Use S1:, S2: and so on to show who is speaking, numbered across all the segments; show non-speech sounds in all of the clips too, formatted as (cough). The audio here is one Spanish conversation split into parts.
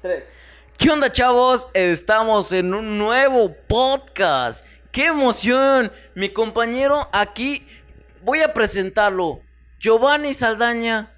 S1: Tres.
S2: ¿Qué onda, chavos? Estamos en un nuevo podcast. ¡Qué emoción! Mi compañero aquí, voy a presentarlo. Giovanni Saldaña,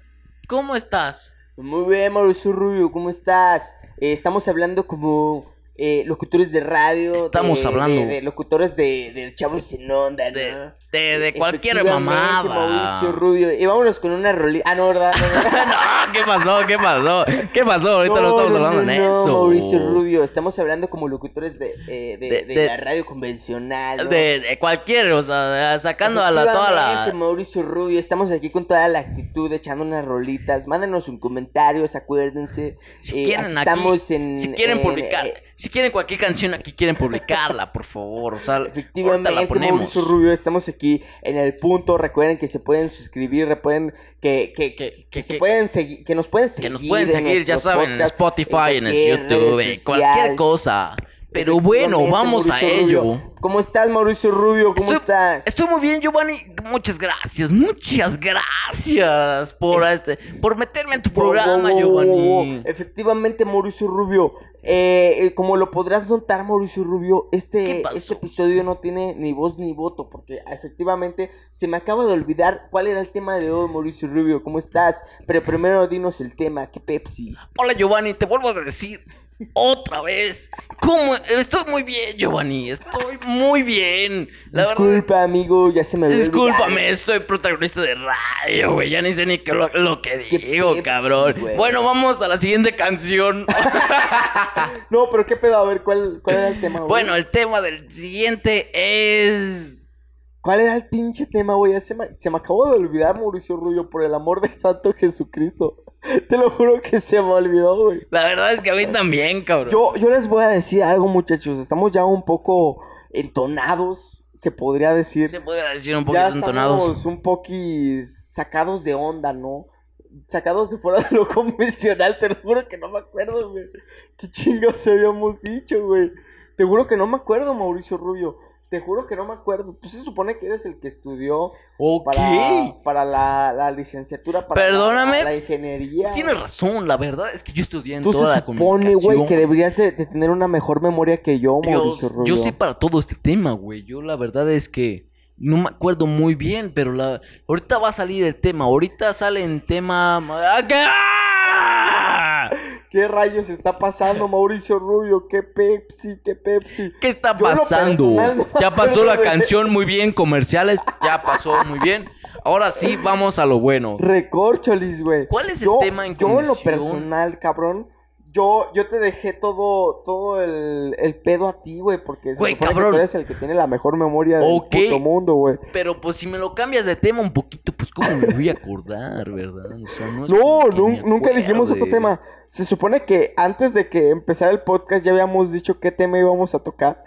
S2: ¿cómo estás?
S1: Muy bien, Mauricio Rubio, ¿cómo estás? Eh, estamos hablando como eh, locutores de radio.
S2: Estamos
S1: de-
S2: hablando.
S1: De, de locutores de, de Chavos en Onda, ¿no?
S2: De, de, de cualquier
S1: Ah, Efectivamente,
S2: mamada.
S1: Mauricio Rubio. Y vámonos con una rolita. Ah, no, ¿verdad? No, no, no.
S2: (laughs) No, ¿Qué pasó? ¿Qué pasó? ¿Qué pasó? (laughs) Ahorita no, estamos
S1: no,
S2: hablando
S1: no,
S2: en
S1: no,
S2: eso.
S1: Mauricio Rubio, estamos hablando como locutores de, eh, de,
S2: De-
S1: de
S2: de-
S1: la radio convencional. ¿no?
S2: De, de cualquier, o sea, sacando a la, toda
S1: Efectivamente,
S2: la...
S1: Mauricio Rubio, estamos aquí con toda la actitud, echando unas rolitas. Mándenos un comentario, acuérdense.
S2: Si
S1: Eh,
S2: quieren aquí,
S1: estamos en.
S2: si quieren
S1: en,
S2: publicar,
S1: eh,
S2: si quieren cualquier canción aquí, quieren publicarla, por favor, o sea, ahorita
S1: Efectivamente,
S2: la ponemos.
S1: Mauricio Rubio, estamos aquí en el punto. Recuerden que se pueden suscribir, recuerden que, que,
S2: Que-
S1: que,
S2: que-
S1: se
S2: que-
S1: pueden segui- que nos pueden seguir.
S2: Que nos pueden
S1: en
S2: seguir, ya
S1: nuestro
S2: saben, en
S1: podcast,
S2: Spotify, en
S1: cualquier red
S2: YouTube, en
S1: social.
S2: cualquier cosa. Pero bueno,
S1: Efectivamente,
S2: vamos a
S1: Mauricio
S2: ello.
S1: Rubio. ¿Cómo estás, Mauricio Rubio? ¿Cómo
S2: Estoy,
S1: estás?
S2: estoy muy bien, Giovanni. Muchas gracias, muchas gracias por este, por meterme en tu programa,
S1: Wow, wow, wow, wow, wow.
S2: Giovanni.
S1: Efectivamente, Mauricio Rubio. eh, eh, como lo podrás notar, Mauricio Rubio,
S2: ¿Qué
S1: este,
S2: pasó?
S1: este episodio no tiene ni voz ni voto, porque ah, efectivamente se me acaba de olvidar cuál era el tema de hoy, Mauricio Rubio. ¿Cómo estás? Pero primero dinos el tema, que Pepsi.
S2: Hola, Giovanni, te vuelvo a decir otra vez. ¿Cómo? Estoy muy bien, Giovanni. Estoy muy bien. La verdad.
S1: Disculpa, amigo, ya se me había olvidado.
S2: Discúlpame, soy protagonista de radio, güey. Ya ni sé ni qué lo, lo que
S1: Qué
S2: digo,
S1: Pepsi,
S2: cabrón.
S1: güey.
S2: Bueno, vamos a la siguiente
S1: (laughs)
S2: canción.
S1: No, pero qué pedo, a ver, ¿cuál, cuál era el tema? güey?
S2: bueno, el tema del siguiente es.
S1: ¿Cuál era el pinche tema, güey? Ya Se me, se me acabó de olvidar, Mauricio Rubio, por el amor de Santo Jesucristo. Te lo juro que se me olvidó, güey.
S2: La verdad es que a mí también, cabrón.
S1: Yo, yo les voy a decir algo, muchachos. Estamos ya un poco entonados, se podría decir.
S2: Se podría decir un
S1: ya
S2: poquito entonados.
S1: estamos un poquis sacados de onda, ¿no? Sacados de fuera de lo (laughs) convencional, te lo juro que no me acuerdo, güey. ¿Qué chingados habíamos dicho, güey? Te juro que no me acuerdo, Mauricio Rubio. Te juro que no me acuerdo. Tú se supone que eres el que estudió
S2: Ok.
S1: para, para la, la licenciatura, para la-
S2: Perdóname.
S1: la ingeniería.
S2: Tienes razón, la verdad es que yo estudié en
S1: Tú
S2: toda
S1: se
S2: la
S1: supone, güey,
S2: comunicación.
S1: que deberías de, de tener una mejor memoria que yo,
S2: Dios,
S1: Mauricio Rubio.
S2: yo sé para todo este tema, güey. Yo la verdad es que no me acuerdo muy bien, pero la ahorita va a salir el tema. Ahorita sale en tema. ¡Ah, qué- ¡Ah!
S1: ¿Qué rayos está pasando, Mauricio Rubio? ¿Qué Pepsi? ¿Qué Pepsi?
S2: ¿Qué está
S1: Yo en lo
S2: pasando?
S1: personal no me
S2: Ya pasó la
S1: acuerdo de-
S2: canción muy bien, comerciales ya pasó muy bien. Ahora sí, vamos a lo bueno.
S1: Recorcholis, güey.
S2: ¿Cuál es el
S1: Yo-
S2: tema en
S1: Yo en lo
S2: comisión?
S1: personal, cabrón. Yo, yo te dejé todo, todo el, el pedo a ti, güey, porque se
S2: Güey,
S1: supone
S2: cabrón.
S1: que tú eres el que tiene la mejor memoria del
S2: Ok.
S1: puto mundo, güey.
S2: Pero pues si me lo cambias de tema un poquito, pues cómo me voy a acordar, ¿verdad? O sea, no es
S1: No,
S2: como que
S1: nun-
S2: me
S1: nunca dijimos otro
S2: acuerde.
S1: tema. Se supone que antes de que empezara el podcast ya habíamos dicho qué tema íbamos a tocar,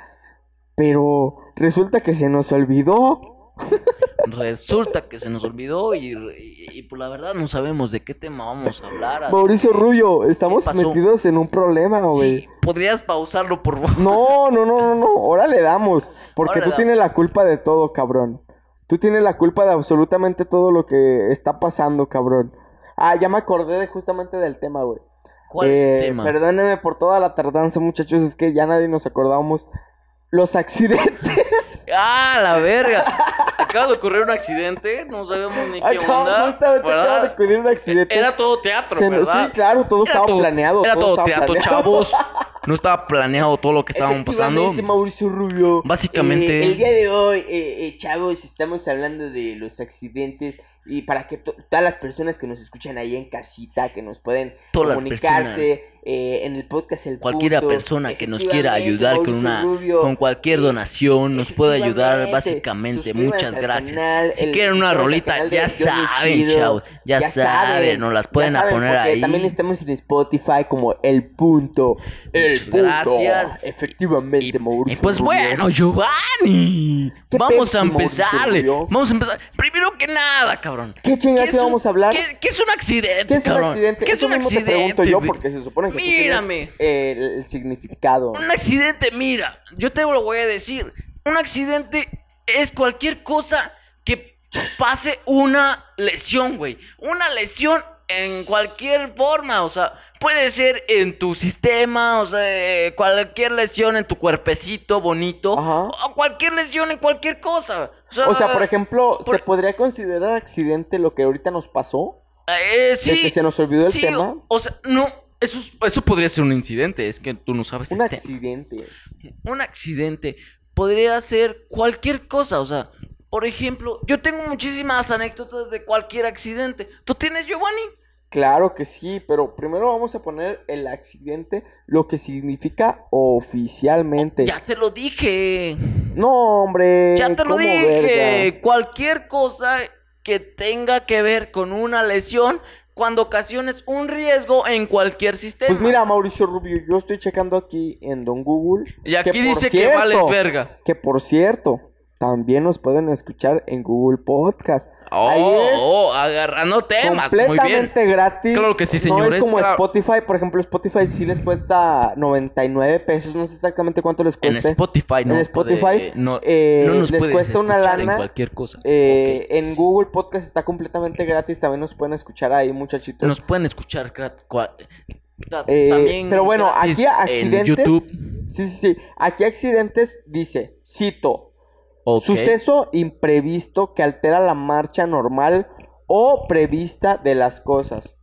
S1: pero resulta que se nos olvidó.
S2: Resulta que se nos olvidó y, y, y, pues la verdad no sabemos de qué tema vamos a hablar. así
S1: Mauricio
S2: que-
S1: Rubio, estamos
S2: pasó?
S1: metidos en un problema, güey.
S2: Sí, podrías pausarlo por favor. (laughs)
S1: No, no, no, no, no. Ahora le damos.
S2: Ahora
S1: Porque
S2: le
S1: tú
S2: damos.
S1: tienes la culpa de todo, cabrón. Tú tienes la culpa de absolutamente todo lo que está pasando, cabrón. Ah, ya me acordé de justamente del tema, güey.
S2: ¿Cuál es el
S1: Eh,
S2: tema?
S1: Perdónenme por toda la tardanza, muchachos. Es que ya nadie nos acordábamos. Los accidentes.
S2: Ah, la verga. Acaba de ocurrir un accidente, no sabemos
S1: (laughs)
S2: ni qué
S1: Acabo-
S2: onda.
S1: justamente
S2: ¿verdad?
S1: acaba de ocurrir un accidente.
S2: Era todo teatro,
S1: Se nos-
S2: ¿verdad?
S1: sí, claro, todo
S2: Era
S1: estaba
S2: todo-
S1: planeado.
S2: Era todo,
S1: estaba
S2: teatro,
S1: planeado.
S2: chavos. No estaba planeado todo lo que estaban pasando.
S1: Efectivamente, Mauricio Rubio.
S2: Básicamente-
S1: Eh, el día de hoy, eh, eh, chavos, estamos hablando de los accidentes y para que to- todas las personas que nos escuchan ahí en casita, que nos pueden
S2: Todas las
S1: comunicarse eh, en el podcast El
S2: Cualquiera
S1: Punto.
S2: persona que nos quiera
S1: Efectivamente,
S2: ayudar con
S1: Mauricio
S2: una
S1: Rubio,
S2: con cualquier
S1: eh,
S2: donación nos puede ayudar
S1: Efectivamente.
S2: básicamente.
S1: Suscríbanse
S2: Muchas
S1: al
S2: gracias.
S1: canal,
S2: si
S1: el-
S2: quieren una
S1: suscríbanse al
S2: rolita,
S1: canal de Yo
S2: ya
S1: Ni
S2: saben,
S1: Chido.
S2: chavos. Ya, saben, nos las
S1: ya
S2: pueden a
S1: saben,
S2: poner
S1: porque
S2: ahí.
S1: También este estamos en Spotify como El Punto. El
S2: Muchas
S1: Punto.
S2: gracias.
S1: Efectivamente,
S2: Y- y
S1: Mauricio.
S2: pues
S1: Rubio.
S2: bueno, Giovanni.
S1: ¿Qué
S2: Vamos
S1: Pepsi,
S2: a
S1: Mauricio
S2: empezarle.
S1: Rubio?
S2: Vamos a empezar. Primero que nada, cabrón.
S1: ¿Qué chingados
S2: es un-
S1: vamos a hablar?
S2: ¿Qué, qué es un accidente?
S1: ¿Qué es un
S2: cabrón?
S1: accidente?
S2: ¿Qué es
S1: Eso
S2: un
S1: mismo
S2: accidente?
S1: te pregunto yo
S2: güey?
S1: porque se supone que tú
S2: Mírame.
S1: tienes, eh, el, el significado.
S2: Un accidente, mira, yo te lo voy a decir. Un accidente es cualquier cosa que pase una lesión, güey. Una lesión en cualquier forma, o sea, Puede ser en tu sistema, o sea, eh, cualquier lesión en tu cuerpecito bonito,
S1: Ajá.
S2: o cualquier lesión en cualquier cosa.
S1: O sea, por ejemplo,
S2: por-
S1: ¿se podría considerar accidente lo que ahorita nos pasó?
S2: eh, sí,
S1: ¿De que se nos olvidó el
S2: sí,
S1: tema?
S2: O, o sea, no, eso, es- eso podría ser un incidente, es que tú no sabes
S1: Un
S2: el tema.
S1: accidente.
S2: un accidente. Podría ser cualquier cosa, o sea, por ejemplo, yo tengo muchísimas anécdotas de cualquier accidente. ¿Tú tienes Giovanni?
S1: Claro que sí, pero primero vamos a poner el accidente, lo que significa oficialmente.
S2: Ya te lo dije.
S1: No, hombre.
S2: Ya te lo
S1: ¿cómo
S2: dije.
S1: verga?
S2: Cualquier cosa que tenga que ver con una lesión cuando ocasiones un riesgo en cualquier sistema.
S1: Pues mira, Mauricio Rubio, yo estoy checando aquí en Don Google.
S2: y aquí
S1: por
S2: dice que
S1: cierto,
S2: vales verga.
S1: Que por cierto, también nos pueden escuchar en Google Podcast.
S2: Oh,
S1: Ahí es.
S2: oh, agarrando temas. Muy bien.
S1: completamente gratis.
S2: Claro que sí,
S1: No
S2: señores,
S1: es como
S2: claro.
S1: Spotify, por ejemplo, Spotify sí les cuesta 99 pesos, no sé exactamente cuánto les
S2: En
S1: cuesta.
S2: Spotify no.
S1: En Spotify,
S2: puede- no,
S1: eh,
S2: no nos
S1: les
S2: puedes
S1: cuesta una
S2: escuchar en
S1: lana,
S2: cualquier cosa.
S1: Eh,
S2: Ok.
S1: En Google Podcast está completamente gratis, también nos pueden escuchar ahí, muchachitos.
S2: Nos pueden escuchar grat- cua- ta-
S1: Eh,
S2: también
S1: pero bueno,
S2: gratis
S1: aquí accidentes.
S2: en YouTube.
S1: Sí, sí, sí. Aquí accidentes dice, cito,
S2: Ok.
S1: suceso imprevisto que altera la marcha normal o prevista de las cosas,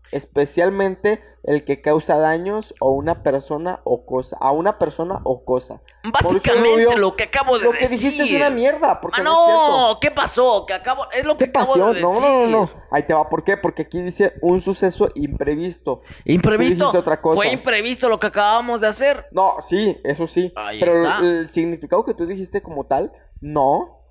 S1: especialmente el que causa daños o una persona o cosa, a una persona o cosa.
S2: Básicamente
S1: Rubio,
S2: lo que acabo de
S1: Lo que
S2: decir.
S1: dijiste es una mierda, porque
S2: Ah,
S1: no es cierto.
S2: no, ¿qué pasó? Que acabo, es lo
S1: ¿Qué
S2: que acabo
S1: pasión?
S2: de
S1: No,
S2: decir.
S1: no, no, no. Ahí te va. ¿Por qué? Porque aquí dice un suceso imprevisto. Tú
S2: Imprevisto.
S1: dijiste otra cosa.
S2: Fue imprevisto lo que acabamos de hacer.
S1: No, sí, eso sí.
S2: Ahí
S1: Pero
S2: está.
S1: el significado que tú dijiste como tal, no.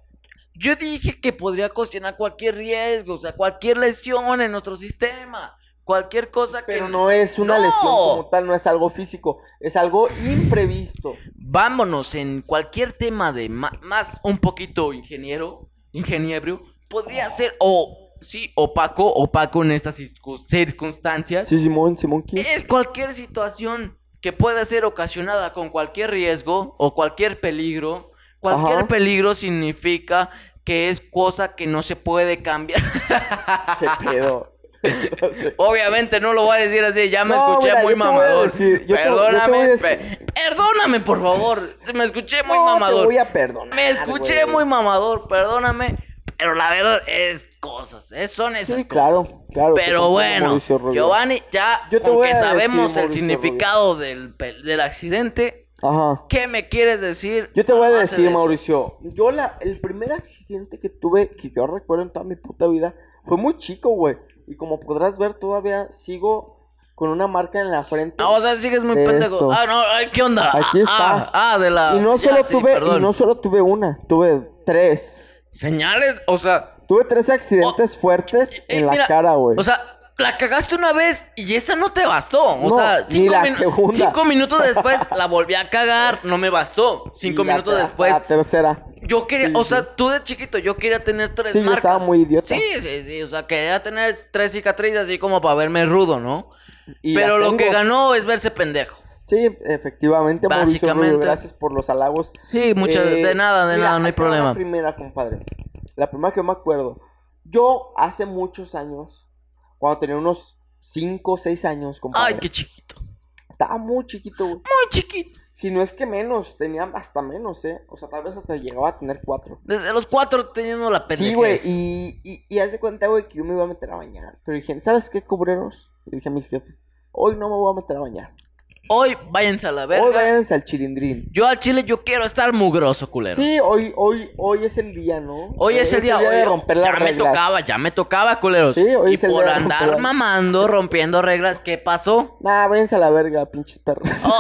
S2: Yo dije que podría ocasionar cualquier riesgo, o sea, cualquier lesión en nuestro sistema, cualquier cosa que
S1: Pero no es una
S2: ¡No!
S1: lesión como tal, no es algo físico, es algo imprevisto.
S2: Vámonos en cualquier tema de ma- más un poquito ingeniero, ingeniero, podría ser o sí, opaco, opaco en estas circu- circunstancias.
S1: Sí, Simón, Simón, ¿quién?
S2: Es cualquier situación que pueda ser ocasionada con cualquier riesgo o cualquier peligro. Cualquier
S1: Ajá.
S2: peligro significa que es cosa que no se puede cambiar. (laughs)
S1: ¿Qué pedo? (laughs) No sé.
S2: Obviamente no lo voy a decir así, ya me
S1: No,
S2: escuché
S1: mira,
S2: muy
S1: yo te voy a
S2: mamador.
S1: decir, yo te- yo te voy a
S2: perdóname,
S1: escu-
S2: pe- perdóname
S1: (laughs)
S2: por favor, se me escuché muy
S1: No, Te
S2: mamador.
S1: voy a perdonar.
S2: Me escuché
S1: Ah, güey.
S2: muy mamador, perdóname. Pero la verdad es cosas, es- son esas
S1: Sí,
S2: cosas.
S1: claro, claro, te
S2: Pero
S1: comprendo,
S2: bueno,
S1: Mauricio Rubio.
S2: Giovanni, ya
S1: Yo te
S2: con
S1: voy
S2: que
S1: a decir,
S2: sabemos el
S1: Mauricio
S2: significado del, pe- del accidente,
S1: Ajá.
S2: ¿qué me quieres decir?
S1: Yo te voy a
S2: base de
S1: decir,
S2: eso?
S1: Mauricio, yo la, el primer accidente que tuve, que yo recuerdo en toda mi puta vida, fue muy chico, güey. Y como podrás ver, todavía sigo con una marca en la frente.
S2: Ah, o sea, sigues muy
S1: de
S2: pendejo.
S1: esto.
S2: Ah, no, ay, ¿qué onda?
S1: Aquí
S2: Ah,
S1: está.
S2: Ah, ah, de la.
S1: y no
S2: ya,
S1: solo
S2: sí,
S1: tuve, y
S2: perdón.
S1: no solo tuve una, tuve tres.
S2: Señales, o sea.
S1: Tuve tres accidentes fuertes
S2: eh,
S1: en la
S2: mira,
S1: cara, güey.
S2: O sea. La cagaste una vez y esa no te bastó. O
S1: No,
S2: sea,
S1: ni
S2: cinco,
S1: la
S2: minu-
S1: segunda.
S2: cinco
S1: (laughs)
S2: minutos después la volví a cagar. No me bastó. Cinco
S1: Y la
S2: minutos
S1: ter-
S2: después
S1: La tercera.
S2: Yo quería,
S1: Sí,
S2: o
S1: sí.
S2: sea, tú de chiquito, yo quería tener tres
S1: Sí, yo
S2: marcas.
S1: estaba muy idiota.
S2: Sí, sí, sí, o sea, quería tener tres cicatrices así como para verme rudo, ¿no?
S1: Y
S2: Pero
S1: las
S2: lo que
S1: tengo.
S2: ganó es verse pendejo.
S1: Sí, efectivamente, Mauricio Rubio,
S2: Básicamente.
S1: gracias por los halagos.
S2: Sí, muchas,
S1: Eh,
S2: de nada, de
S1: mira,
S2: nada, no hay
S1: acá va
S2: problema.
S1: La primera, compadre. La primera que me acuerdo. Yo hace muchos años, cuando tenía unos 5 o 6 años, compadre.
S2: Ay, qué chiquito.
S1: Estaba muy chiquito, güey.
S2: Muy chiquito.
S1: Si no es que menos, tenía hasta menos, ¿eh? O sea, tal vez hasta llegaba a tener 4.
S2: Desde los cuatro teniendo la pendejez.
S1: Sí, güey, y, y, y haz de cuenta, güey, que yo me iba a meter a bañar. Pero dije, ¿sabes qué, cobreros? Le dije a mis jefes, hoy no me voy a meter a bañar.
S2: Hoy váyanse a la verga.
S1: Hoy váyanse al chilindrín.
S2: Yo al chile yo quiero estar mugroso, culero.
S1: Sí, hoy, hoy, hoy es el día, ¿no?
S2: Hoy es el día, hoy-
S1: de romper las
S2: ya me
S1: reglas.
S2: tocaba, ya me tocaba, culeros.
S1: Sí, hoy
S2: y
S1: es el
S2: por
S1: día de
S2: andar
S1: romper-
S2: mamando, rompiendo reglas,
S1: (laughs)
S2: ¿qué pasó?
S1: Nah, váyanse a la verga, pinches perros.
S2: Oh,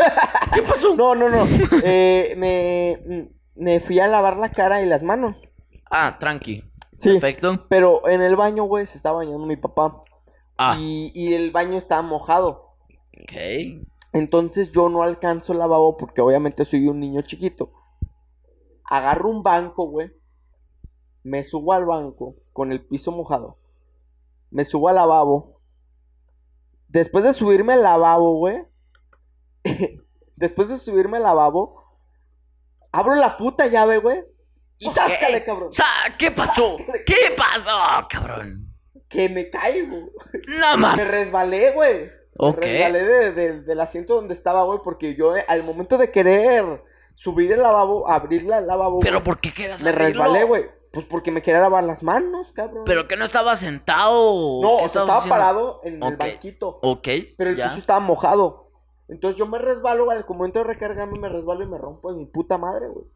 S2: ¿Qué
S1: (laughs)
S2: pasó?
S1: No, no, no. Eh, me, me fui a lavar la cara y las manos.
S2: Ah, tranqui.
S1: Sí.
S2: Perfecto.
S1: Pero en el baño, güey, se estaba bañando mi papá.
S2: Ah,
S1: Y, y el baño estaba mojado.
S2: ok.
S1: Entonces yo no alcanzo el lavabo porque obviamente soy un niño chiquito. Agarro un banco, güey. Me subo al banco con el piso mojado. Me subo al lavabo. Después de subirme al lavabo, güey. (laughs) después de subirme al lavabo. Abro la puta llave, güey. Y
S2: Eh,
S1: sáscale, cabrón.
S2: sa- ¿Qué pasó? ¿Qué pasó, cabrón?
S1: Que me caigo.
S2: Nada
S1: Me
S2: más.
S1: resbalé, güey.
S2: Ok.
S1: Me resbalé de- de- del asiento donde estaba, güey, porque yo eh, al momento de querer subir el lavabo, abrir la- el lavabo,
S2: Pero
S1: güey,
S2: ¿por qué querías
S1: me
S2: abrirlo?
S1: resbalé, güey. Pues porque me quería lavar las manos, cabrón.
S2: Pero que no estaba sentado. ¿o
S1: no,
S2: qué
S1: o sea,
S2: estabas
S1: estaba parado
S2: haciendo?
S1: en el
S2: Ok.
S1: banquito.
S2: Ok.
S1: Pero el
S2: ya.
S1: piso estaba mojado. Entonces yo me resbalo, güey, al momento de recargarme me resbalo y me rompo de mi puta madre, güey.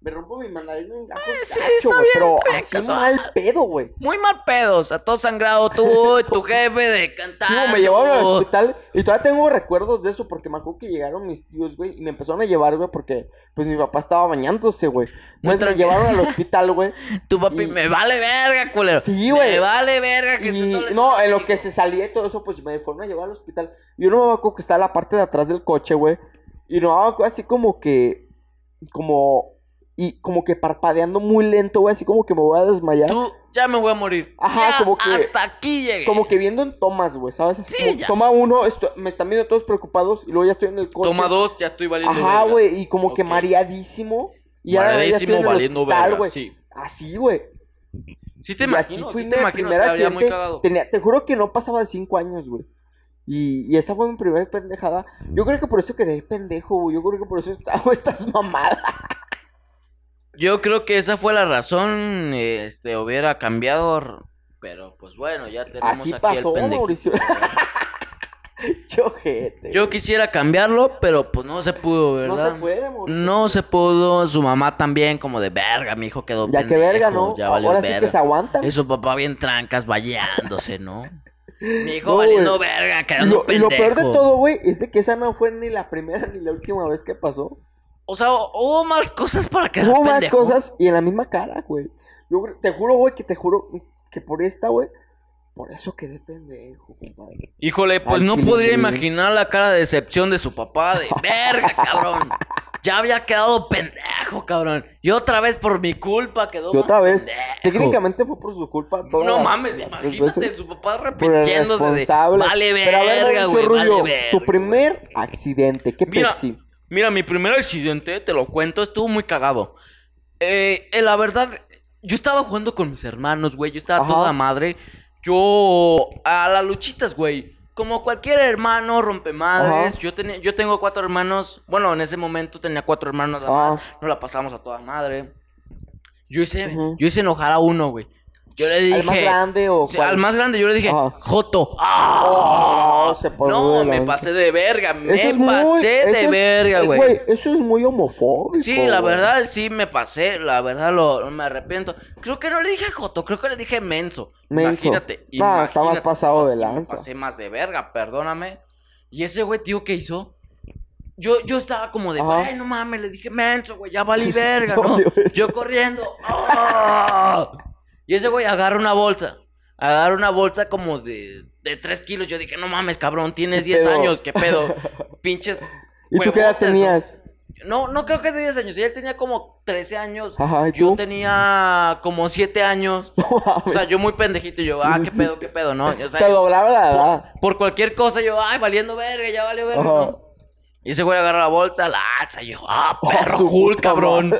S1: Me rompo mi mandarina en gajos
S2: Ah, sí,
S1: gacho,
S2: está
S1: güey,
S2: bien,
S1: pero
S2: pues,
S1: así
S2: casual.
S1: mal pedo, güey.
S2: Muy mal pedo, o sea, todo sangrado tú y tu jefe de cantar.
S1: Sí, güey, me llevaron al hospital y todavía tengo recuerdos de eso porque me acuerdo que llegaron mis tíos, güey, y me empezaron a llevar, güey, porque pues mi papá estaba bañándose, güey. Entonces me
S2: tranqui-
S1: llevaron al hospital, güey.
S2: Tu papi,
S1: Y-
S2: me vale verga, culero.
S1: Sí, güey.
S2: Me vale verga (laughs) que esté
S1: Y
S2: todo
S1: no, en lo
S2: lesionado.
S1: que se salía y todo eso, pues me fueron a llevar al hospital. Yo no me acuerdo que estaba la parte de atrás del coche, güey. Y no me acuerdo así como que. Como. Y como que parpadeando muy lento, güey. Así como que me voy a desmayar.
S2: Tú, ya me voy a morir.
S1: Ajá,
S2: Ya,
S1: como que-
S2: Hasta aquí llegué.
S1: Como que viendo en tomas, güey, ¿sabes? Así
S2: Sí,
S1: como,
S2: ya.
S1: Toma uno, esto- me están viendo todos preocupados. Y luego ya estoy en el coche.
S2: Toma dos, ya estoy valiendo
S1: Ajá,
S2: verga.
S1: güey. Y como que
S2: Ok.
S1: mareadísimo. Y ahora ya estoy
S2: Mareadísimo,
S1: en el
S2: valiendo
S1: hospital,
S2: verga,
S1: güey.
S2: sí.
S1: Así, güey.
S2: Sí te
S1: Y así
S2: imagino,
S1: fue
S2: sí
S1: mi
S2: te imagino,
S1: primer
S2: estaría muy
S1: accidente.
S2: cagado.
S1: Tenía- te juro que no pasaba de 5 años, güey. Y, y esa fue mi primera pendejada. Yo creo que por eso quedé pendejo, güey. Yo creo que por eso hago (laughs) estas mamadas.
S2: Yo creo que esa fue la razón, este, hubiera cambiado, pero pues bueno, ya tenemos
S1: Así
S2: aquí
S1: pasó,
S2: el pendejo.
S1: Mauricio. (laughs) Yo, gente.
S2: Yo quisiera cambiarlo, pero pues no se pudo,
S1: no
S2: ¿verdad?
S1: se puede, Mauricio.
S2: No se pudo, su mamá también como de verga, mi hijo quedó
S1: Ya que
S2: pendejo,
S1: verga, ¿no?
S2: Ya valió
S1: Ahora sí
S2: verga.
S1: que se aguantan.
S2: Y su papá bien trancas, vallándose, ¿no? Mi hijo
S1: No,
S2: valiendo
S1: güey.
S2: verga,
S1: Y
S2: quedando
S1: lo, y lo peor de
S2: pendejo.
S1: todo, güey, es de que esa no fue ni la primera ni la última vez que pasó.
S2: O sea, hubo más cosas para quedar
S1: Hubo más
S2: pendejo.
S1: cosas y en la misma cara, güey. Yo creo- te juro, güey, que te juro que por esta, güey, por eso quedé pendejo, compadre.
S2: Híjole, pues
S1: Al
S2: no
S1: chile,
S2: podría
S1: güey.
S2: imaginar la cara de decepción de su
S1: (laughs)
S2: papá de verga, cabrón. Ya había quedado pendejo, cabrón. Y otra vez por mi culpa quedó.
S1: Y otra
S2: más
S1: vez,
S2: pendejo.
S1: técnicamente fue por su culpa. todas
S2: No
S1: las-
S2: mames,
S1: las
S2: imagínate
S1: veces.
S2: su papá
S1: Por el
S2: repitiéndose de.
S1: responsable.
S2: Vale
S1: Pero a ver,
S2: verga,
S1: Mauricio
S2: güey. Vale
S1: Rubio,
S2: verga.
S1: Tu primer accidente, ¿qué
S2: Mira,
S1: Pepsi?
S2: Mira, mi primer accidente, te lo cuento, estuvo muy cagado. Eh, eh, la verdad, yo estaba jugando con mis hermanos, güey. Yo estaba
S1: Ajá.
S2: toda madre. Yo a las luchitas, güey. Como cualquier hermano rompe madres.
S1: Ajá.
S2: Yo, tenía, yo tengo cuatro hermanos. Bueno, en ese momento tenía cuatro hermanos nada más.
S1: Ah.
S2: Nos la pasamos a toda madre. Yo hice,
S1: Ujú.
S2: yo hice enojar a uno, güey. Yo le dije.
S1: ¿Al más grande o
S2: Sí,
S1: cuál?
S2: al más grande yo le dije,
S1: Ajá.
S2: Joto. ¡Ah!
S1: Oh, se pasó de
S2: no,
S1: la
S2: me
S1: lanza.
S2: pasé de verga. Me
S1: Eso es muy-
S2: pasé
S1: eso
S2: de
S1: es-
S2: verga,
S1: eh,
S2: güey.
S1: Eso es muy homofóbico.
S2: Sí, la
S1: güey.
S2: verdad sí me pasé, la verdad lo me arrepiento. Creo que no le dije Joto, creo que le dije Menso.
S1: Menso.
S2: Imagínate.
S1: No,
S2: imagínate,
S1: estabas pasado
S2: no,
S1: de
S2: sí,
S1: lanza.
S2: Me pasé más de verga, perdóname. Y ese güey, tío, ¿qué hizo? Yo, yo estaba como de,
S1: Ajá.
S2: ay, no mames, le dije Menso, güey, ya
S1: (laughs)
S2: valí verga,
S1: No,
S2: ¿no?
S1: Dios.
S2: Yo corriendo. ¡ah! Y ese güey agarra una bolsa. Agarra una bolsa como de, de 3 kilos. Yo dije, no mames, cabrón, tienes
S1: ¿Qué
S2: 10
S1: pedo?
S2: años,
S1: (laughs)
S2: qué pedo. Pinches.
S1: ¿Y tú qué edad
S2: huevotes, ¿no?
S1: tenías? (laughs)
S2: No, no creo que de 10 años. Él tenía como 13 años.
S1: Ajá, ¿y
S2: yo
S1: tú?
S2: tenía como 7 años.
S1: No mames.
S2: O sea, yo muy pendejito. Yo,
S1: Sí,
S2: ah,
S1: sí,
S2: qué
S1: sí.
S2: pedo, qué pedo, ¿no?
S1: (laughs)
S2: O sea,
S1: Te doblaba la edad.
S2: por cualquier cosa, yo, ay, valiendo verga, ya valió verga,
S1: Ajá.
S2: ¿no? Y ese güey agarra la bolsa, la alza. Y yo,
S1: (laughs)
S2: ah, perro,
S1: su
S2: Hulk,
S1: puta
S2: cabrón.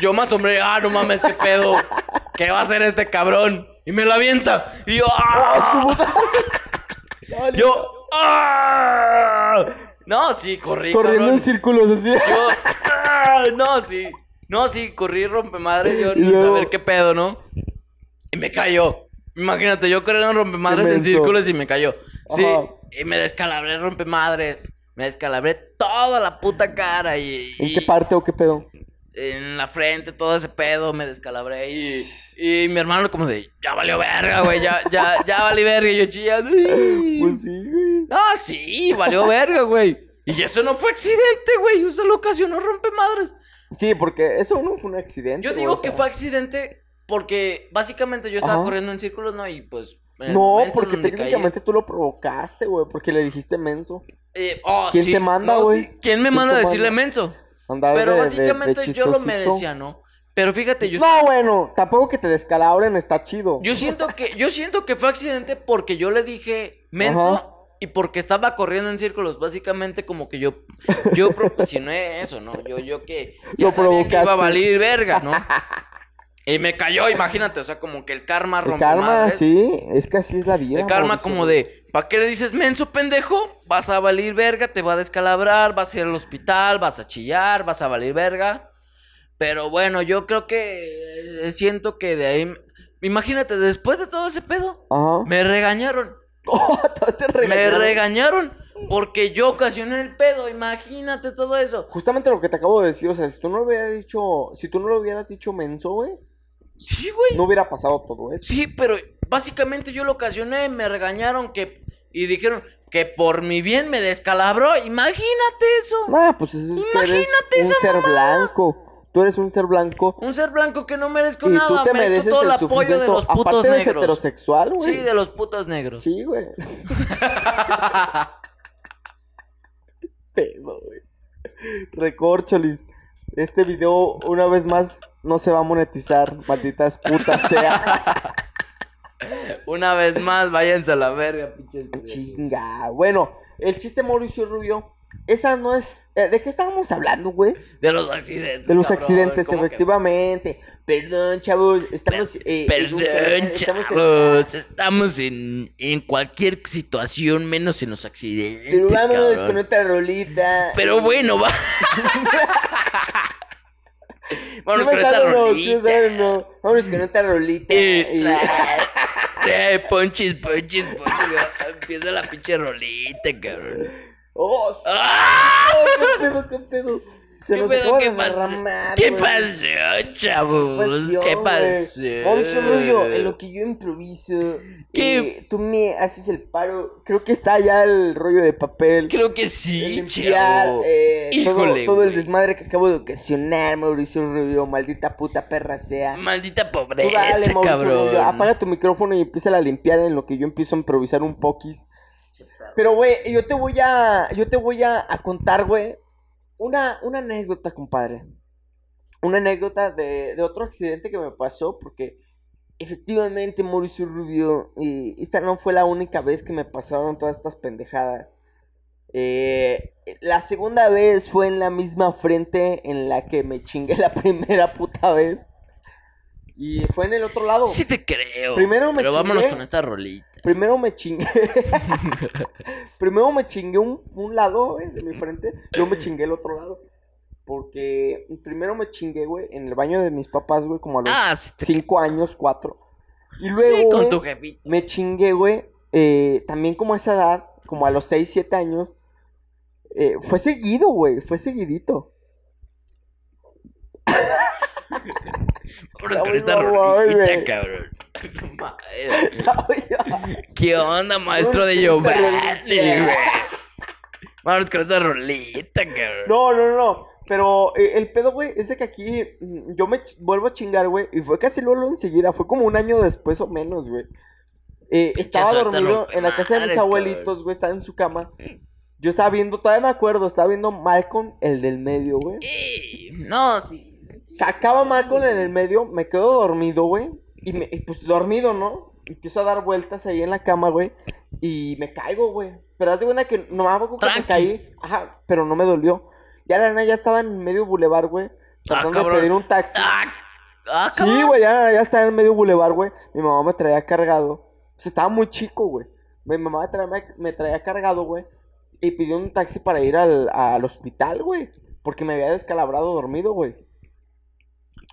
S2: Yo me asombré, ah, no mames, qué pedo. ¿Qué va a hacer este cabrón? Y me la avienta. Y yo, ah,
S1: (laughs) No, ni-
S2: yo, ah. No, sí, corrí,
S1: Corriendo
S2: cabrón.
S1: en círculos así.
S2: Yo, ¡ah! no, sí. No, sí, corrí rompemadres yo
S1: Y
S2: ni
S1: luego-
S2: saber qué pedo, ¿no? Y me cayó. Imagínate, yo corriendo rompemadres en
S1: menso.
S2: círculos y me cayó. Sí,
S1: Ajá.
S2: y me descalabré rompemadres. Me descalabré toda la puta cara y...
S1: ¿En
S2: y
S1: qué parte o qué pedo?
S2: en la frente, todo ese pedo, me
S1: (sighs)
S2: descalabré y... Y mi hermano como de, ya valió verga, güey, ya, ya, ya valí verga. Y yo chillando. "Ay".
S1: Pues sí, güey.
S2: No, sí, valió verga, güey. Y eso no fue accidente, güey. O sea, lo ocasionó rompemadres.
S1: Sí, porque eso no fue un accidente.
S2: Yo
S1: güey,
S2: digo
S1: o
S2: que
S1: sea.
S2: fue accidente porque básicamente yo estaba
S1: Ajá.
S2: corriendo en círculos, ¿no? Y pues. en el
S1: No,
S2: momento
S1: porque
S2: donde caí-
S1: técnicamente tú lo provocaste, güey, porque le dijiste menso.
S2: Eh, oh,
S1: ¿Quién
S2: sí,
S1: te manda,
S2: no,
S1: güey?
S2: sí, ¿Quién me
S1: ¿Quién
S2: manda a
S1: te
S2: decirle
S1: manda?
S2: menso?
S1: Andar
S2: Pero
S1: de- de- de
S2: básicamente yo lo
S1: chistosito.
S2: merecía, ¿no? Pero fíjate, yo,
S1: No, bueno, tampoco que te descalabren, está chido.
S2: yo siento que yo siento que fue accidente porque yo le dije menso
S1: Ajá.
S2: y porque estaba corriendo en círculos. Básicamente como que yo yo proporcioné eso, ¿no? Yo yo que ya
S1: Lo
S2: sabía que iba a
S1: provocaste. (laughs)
S2: valir verga, ¿no? Y me cayó, imagínate, o sea, como que el karma
S1: El
S2: rompe
S1: karma,
S2: madres.
S1: sí, es que así es la vida.
S2: El karma
S1: Mauricio.
S2: como de, ¿para qué le dices menso pendejo? Vas a valir verga, te va a descalabrar, vas a ir al hospital, vas a chillar, vas a valir verga. Pero bueno, yo creo que eh, siento que de ahí... Imagínate, después de todo ese pedo,
S1: Ajá.
S2: (laughs) me regañaron.
S1: Oh, te
S2: Me
S1: regañaron.
S2: regañaron porque yo ocasioné el pedo, imagínate todo eso.
S1: Justamente lo que te acabo de decir, o sea, si tú no hubieras dicho, si tú no lo hubieras dicho menso, güey,
S2: Sí, güey.
S1: no hubiera pasado todo eso.
S2: Sí, pero básicamente yo lo ocasioné, me regañaron que... Y dijeron que por mi bien me descalabró. Imagínate eso.
S1: Nah, pues es, es que eres
S2: Imagínate
S1: un
S2: esa
S1: ser blanco. Tú eres un ser blanco
S2: Un ser blanco que no merezco
S1: y
S2: nada,
S1: tú te
S2: merezco
S1: mereces
S2: todo el,
S1: el
S2: apoyo de
S1: sufrimiento.
S2: los putos
S1: Aparte eres
S2: negros.
S1: heterosexual, güey.
S2: Sí, de los putos negros.
S1: Sí,
S2: (laughs)
S1: güey. Pedo, güey. Recorcholis. Este video, una vez más, no se va a monetizar, malditas putas
S2: (laughs)
S1: sea.
S2: Una vez más, váyanse a la verga, pinches. pendejos.
S1: Ah, Chinga. Bueno, el chiste Mauricio Rubio, esa no es. eh, ¿De qué estábamos hablando, güey?
S2: De los accidentes.
S1: De los
S2: cabrón,
S1: accidentes,
S2: ¿cómo que-
S1: efectivamente. Perdón, chavos. Estamos. eh, en un canal-
S2: Perdón,
S1: estamos en-
S2: chavos. Estamos en, en cualquier situación, menos en los accidentes.
S1: Pero vámonos
S2: cabrón.
S1: con otra rolita.
S2: Pero
S1: (laughs)
S2: bueno, va. Vamos
S1: Sí
S2: con
S1: me
S2: esta
S1: sale uno, sí me
S2: rolita.
S1: sale uno. Vámonos con otra rolita.
S2: Eh,
S1: Y-
S2: tra- Eh, ponches, ponches, ponches. Empieza la pinche rolita, cabrón.
S1: (laughs) Oh,
S2: ¡Ah!
S1: ¿Qué pedo? ¿Qué pedo? Se
S2: ¿Qué
S1: nos
S2: pedo?
S1: acaba
S2: ¿Qué
S1: de
S2: pasó?
S1: derramar,
S2: ¿Qué
S1: güey.
S2: pasó,
S1: pues
S2: chavos?
S1: Pasión,
S2: ¿Qué
S1: güey.
S2: pasó?
S1: Mauricio Rubio, en lo que yo improviso,
S2: ¿Qué?
S1: eh, tú me haces el paro. Creo que está ya el rollo de papel.
S2: Creo que
S1: el
S2: sí,
S1: limpiar,
S2: chavo.
S1: eh,
S2: Híjole,
S1: todo, todo el
S2: güey.
S1: desmadre que acabo de ocasionar, Mauricio Rubio, maldita puta perra sea.
S2: Maldita
S1: Tú
S2: pobreza,
S1: dale, Mauricio
S2: Mm, cabrón.
S1: Rubio, apaga tu micrófono y empieza a limpiar en lo que yo empiezo a improvisar un poquis. Pero, güey, yo te voy a. Yo te voy a, a contar, güey. Una, una anécdota, compadre. Una anécdota de, de otro accidente que me pasó. Porque efectivamente, Mauricio Rubio. Y esta no fue la única vez que me pasaron todas estas pendejadas. Eh, la segunda vez fue en la misma frente en la que me chingué la (laughs) primera puta vez. Y fue en el otro lado.
S2: Sí te creo.
S1: Primero me
S2: Pero vámonos
S1: chingué.
S2: con esta rolita.
S1: Primero me
S2: (laughs)
S1: chingué. Primero me chingué un, un lado, güey, de mi frente. Yo me chingué el otro lado. Porque primero me chingué, güey, en el baño de mis papás, güey, como a los
S2: Ah, sí, te...
S1: cinco años, cuatro. Y luego,
S2: sí con
S1: güey,
S2: tu jefita.
S1: me chingué, güey, eh, también como a esa edad, como a los 6, 7 años. eh, fue seguido, güey, fue seguidito. (laughs)
S2: Vámonos
S1: Está
S2: con
S1: muy
S2: esta
S1: mamón,
S2: rolita,
S1: güey.
S2: cabrón. (laughs) No mames.
S1: Ay,
S2: ¿Qué onda, maestro de
S1: Una
S2: Giovanni,
S1: rolita.
S2: güey? Vámonos con esa rolita, cabrón.
S1: No, no, no, no. Pero eh, el pedo, güey, es de que aquí mm, yo me ch- vuelvo a chingar, güey. Y fue casi luego luego enseguida. Fue como un año después o menos, güey. Eh,
S2: Pinche
S1: estaba
S2: suerte
S1: dormido
S2: rompe
S1: en la casa de mis
S2: madres,
S1: abuelitos, güey. Estaba en su cama. Yo estaba viendo, todavía me acuerdo, estaba viendo Malcolm, el del medio, güey.
S2: Eh, No, sí.
S1: Sacaba Malcolm en el medio, me quedo dormido, güey. Y, me, y, pues dormido, ¿no? Empiezo a dar vueltas ahí en la cama, güey. Y me caigo, güey. Pero haz de cuenta que no me acuerdo que me
S2: Tranqui.
S1: caí. Ajá, pero no me dolió. Ya la nena ya estaba en medio bulevar, güey. Tratando de
S2: Ah, cabrón.
S1: pedir un taxi.
S2: Ah, ah,
S1: sí,
S2: cabrón.
S1: güey, ya la nena ya estaba en medio bulevar, güey. Mi mamá me traía cargado. Pues estaba muy chico, güey. Mi mamá me traía, me- me traía cargado, güey. Y pidió un taxi para ir al, al hospital, güey. Porque me había descalabrado dormido, güey.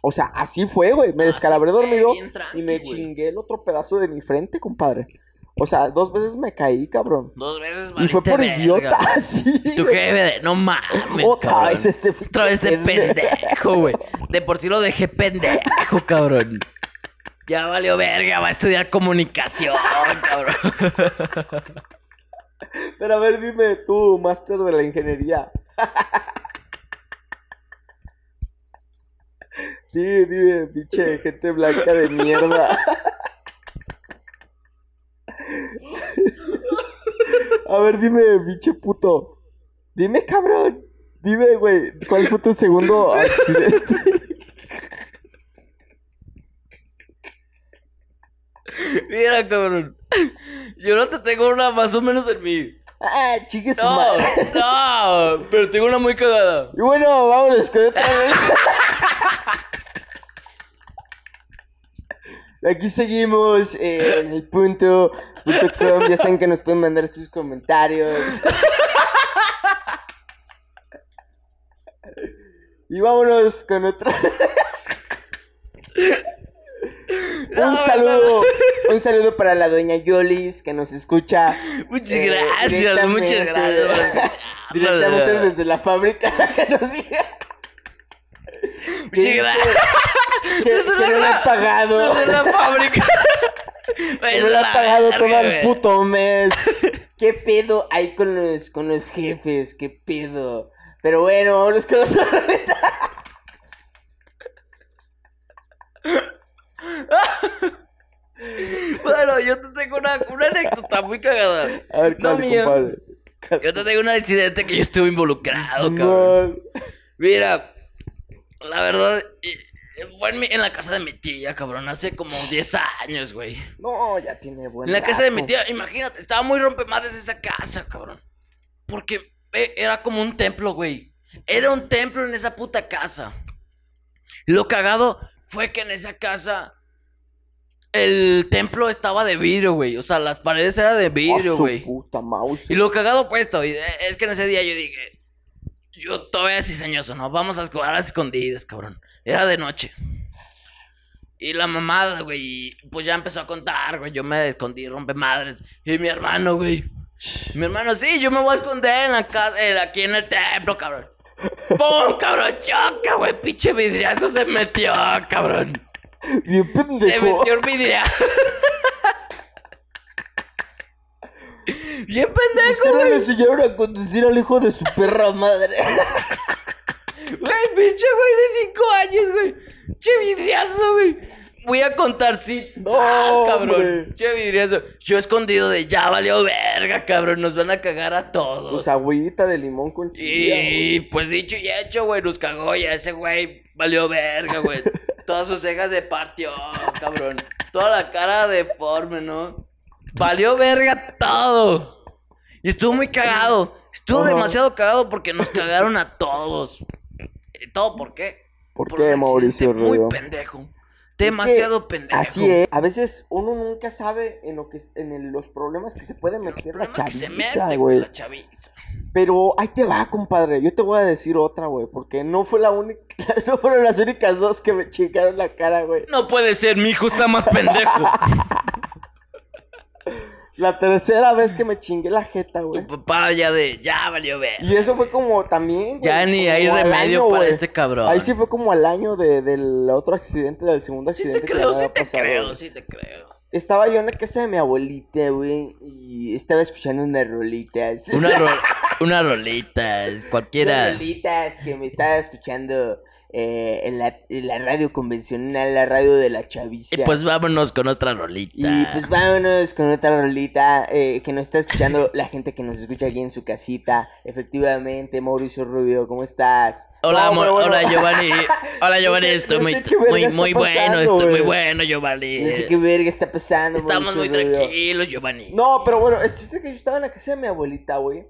S1: O sea, así fue, güey. Me
S2: Ah,
S1: descalabré
S2: sí, güey,
S1: dormido
S2: bien tranqui,
S1: y me
S2: güey.
S1: chingué el otro pedazo de mi frente, compadre. O sea, dos veces me caí, cabrón.
S2: Dos veces
S1: Y fue
S2: valiste
S1: por
S2: verga.
S1: idiota, (laughs) sí.
S2: Tu
S1: güey.
S2: jefe de no mames.
S1: Otra
S2: cabrón.
S1: vez este
S2: Otra vez de
S1: pinche pendejo.
S2: pendejo, güey. De por sí lo dejé pendejo, cabrón. Ya valió verga, va a estudiar comunicación, cabrón.
S1: Pero a ver, dime tú, máster de la ingeniería. (laughs) Dime, dime, pinche gente blanca de mierda. (laughs) A ver, dime, pinche puto. Dime, cabrón. Dime, güey, ¿cuál fue tu segundo accidente?
S2: Mira, cabrón. Yo no te tengo una más o menos en mí.
S1: (laughs) Ah, chingue su
S2: No,
S1: madre.
S2: no, pero tengo una muy cagada.
S1: Y bueno, vámonos con otra vez. Aquí seguimos eh, en el punto, punto com. Ya saben que nos pueden mandar sus comentarios. Y vámonos con otra. un saludo, un saludo para la doña Yolis que nos escucha.
S2: Muchas
S1: eh,
S2: gracias,
S1: directamente-
S2: muchas
S1: (laughs)
S2: gracias por escucharnos.
S1: Directamente desde la fábrica (laughs) que nos que
S2: Muchas
S1: dice
S2: gracias.
S1: que-
S2: Desde
S1: que
S2: la
S1: no le
S2: fa-
S1: ha pagado. (laughs)
S2: Desde la fábrica.
S1: que
S2: Eso
S1: no le ha
S2: la
S1: pagado
S2: verga,
S1: todo el
S2: güey.
S1: puto
S2: (laughs)
S1: mes. ¿Qué pedo hay con los, con los jefes? ¿Qué pedo? Pero bueno, vámonos con otra roleta.
S2: Bueno, yo te tengo una, una anécdota muy cagada.
S1: A ver,
S2: No,
S1: ¿cuál,
S2: mía.
S1: compadre?
S2: Yo te tengo un accidente que yo estuve involucrado, cabrón.
S1: Simón.
S2: Mira, la verdad, eh, fue en, mi- en la casa de mi tía, cabrón, hace como 10 años, güey.
S1: No, ya tiene buen
S2: En la casa de mi
S1: rato.
S2: tía, imagínate, estaba muy rompemadres esa casa, cabrón. Porque eh, era como un templo, güey. Era un templo en esa puta casa. Lo cagado fue que en esa casa el templo estaba de vidrio, güey. O sea, las paredes eran de
S1: Ah,
S2: vidrio,
S1: su
S2: güey.
S1: puta mouse.
S2: Y lo cagado fue esto, y, eh, es que en ese día yo dije, yo todavía es diseñoso, ¿no? Vamos a jugar a las escondidas, cabrón. Era de noche. Y la mamada, güey, y pues ya empezó a contar, güey, yo me escondí, rompe madres. Y mi hermano, güey. Mi hermano, sí, yo me voy a esconder en la casa, en- aquí en el templo, cabrón. ¡Pum, cabrón! ¡Choca, güey! ¡Pinche vidriazo se metió, cabrón!
S1: Bien pendejo.
S2: Se metió el vidriazo. (laughs)
S1: Es
S2: Bien pendejo,
S1: que no
S2: güey.
S1: le enseñaron a conducir al hijo de su perra madre. (laughs)
S2: Güey, pinche güey de 5 años, güey. Che vidriazo, güey. Voy a contar, sí.
S1: No,
S2: Ah, cabrón.
S1: hombre.
S2: Che vidriazo. Yo escondido de ya valió verga, cabrón. Nos van a cagar a todos.
S1: Pues agüita de limón con chile.
S2: y pues dicho y hecho, güey. Nos cagó ya ese güey. Valió
S1: (laughs)
S2: verga, güey. Todas sus cejas se partió, cabrón. Toda la cara deforme, ¿no? Valió verga todo. Y estuvo muy cagado. Estuvo
S1: Ajá.
S2: demasiado cagado porque nos cagaron a todos. ¿Y todo por qué?
S1: ¿Por
S2: un
S1: qué,
S2: accidente
S1: Mauricio
S2: Muy
S1: Ruido?
S2: pendejo. Demasiado pendejo.
S1: Así es. A veces uno nunca sabe en lo que es- en el- los problemas que se puede
S2: Los
S1: meter la
S2: problemas que se
S1: chaviza,
S2: mete
S1: güey.
S2: con la chaviza.
S1: Pero ahí te va, compadre. Yo te voy a decir otra, güey, porque no fue la única, (laughs) no fueron las únicas dos que me chingaron la cara, güey.
S2: No puede ser, mi hijo está más pendejo.
S1: La tercera vez que me chingué la jeta, güey.
S2: tu papá ya de, ya valió ver.
S1: Y eso fue como también, güey,
S2: Ya ni
S1: como
S2: hay
S1: al
S2: remedio
S1: año,
S2: para
S1: güey.
S2: este cabrón.
S1: Ahí sí fue como al año de- del otro accidente, del segundo
S2: Sí
S1: accidente.
S2: te
S1: que me
S2: creo, sí
S1: había
S2: te
S1: pasado,
S2: creo,
S1: güey.
S2: sí te creo.
S1: Estaba yo en la casa de mi abuelita, güey, y estaba escuchando unas (laughs) rolitas.
S2: Una, ro- una rolita, es cualquiera.
S1: Unas rolitas que me estaba escuchando eh, en, la, en la radio convencional, la radio de la chaviza.
S2: Y pues vámonos con otra rolita.
S1: Y pues vámonos con otra rolita eh, que nos está escuchando
S2: (laughs)
S1: la gente que nos escucha aquí en su casita. Efectivamente, Mauricio Rubio, ¿cómo estás?
S2: Hola,
S1: No,
S2: amor,
S1: pero bueno, (laughs)
S2: hola Giovanni. Hola Giovanni,
S1: sé-
S2: estoy
S1: no
S2: muy,
S1: sé qué verga
S2: muy,
S1: está
S2: muy bueno,
S1: pasando,
S2: estoy muy
S1: güey.
S2: bueno, Giovanni.
S1: No sé qué verga está pasando.
S2: eh, Estamos muy
S1: Mauricio Rubio.
S2: tranquilos, Giovanni.
S1: No, pero bueno, es chiste que yo estaba en la casa de mi abuelita, güey.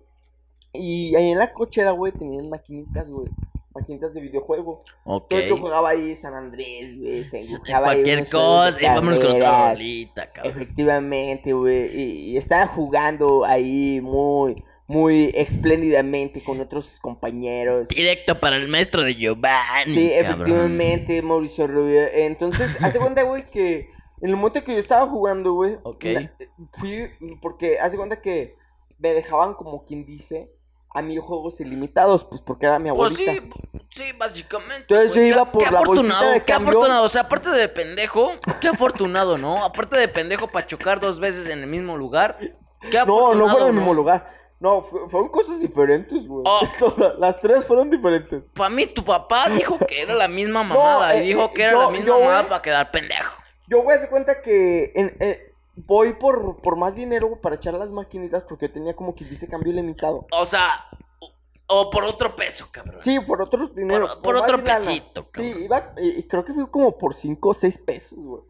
S1: Y ahí en la cochera, güey, tenían maquinitas, güey. Maquinitas de videojuego.
S2: ok.
S1: Entonces yo jugaba ahí San Andrés, güey. Se
S2: Sí,
S1: jugaba ahí
S2: Cualquier
S1: unos juegos
S2: cosa.
S1: de
S2: Y vámonos con otra
S1: carreras.
S2: rolita, cabrón.
S1: Efectivamente, güey. Y, y estaba jugando ahí muy, muy espléndidamente con otros compañeros.
S2: Directo para el maestro de Giovanni.
S1: Sí,
S2: cabrón.
S1: efectivamente, Mauricio Rubio. Entonces, hace cuenta, güey, que en el momento que yo estaba jugando, güey,
S2: Ok.
S1: na- fui porque hace cuenta que me dejaban como quien dice a mí juegos ilimitados, pues porque era mi
S2: Pues
S1: abuelita.
S2: sí, sí, básicamente.
S1: Entonces
S2: güey.
S1: yo iba
S2: Qué-
S1: por
S2: qué
S1: la bolsita
S2: afortunado,
S1: de
S2: Qué
S1: cambio.
S2: afortunado, o sea, aparte de pendejo, qué afortunado, ¿no? Aparte de pendejo para chocar dos veces en el mismo lugar. Qué
S1: no,
S2: afortunado.
S1: no fueron en el mismo lugar. No, fu- fueron cosas diferentes, güey. (laughs)
S2: Ah.
S1: Todas- Las tres fueron diferentes.
S2: Para mí, tu papá dijo que era
S1: (laughs)
S2: la misma mamada.
S1: eh,
S2: y dijo
S1: eh,
S2: que era
S1: yo-
S2: la misma
S1: yo,
S2: mamada
S1: güey.
S2: para quedar pendejo.
S1: Yo, güey, hace cuenta que en- eh, voy por, por más dinero güey, para echar las maquinitas porque tenía como quien dice cambio limitado.
S2: O sea, o, o por otro peso, cabrón.
S1: Sí, por otro dinero.
S2: Por- por otro
S1: más lana.
S2: pesito,
S1: Sí,
S2: cabrón.
S1: iba, y, y creo que fue como por 5 o 6 pesos, güey.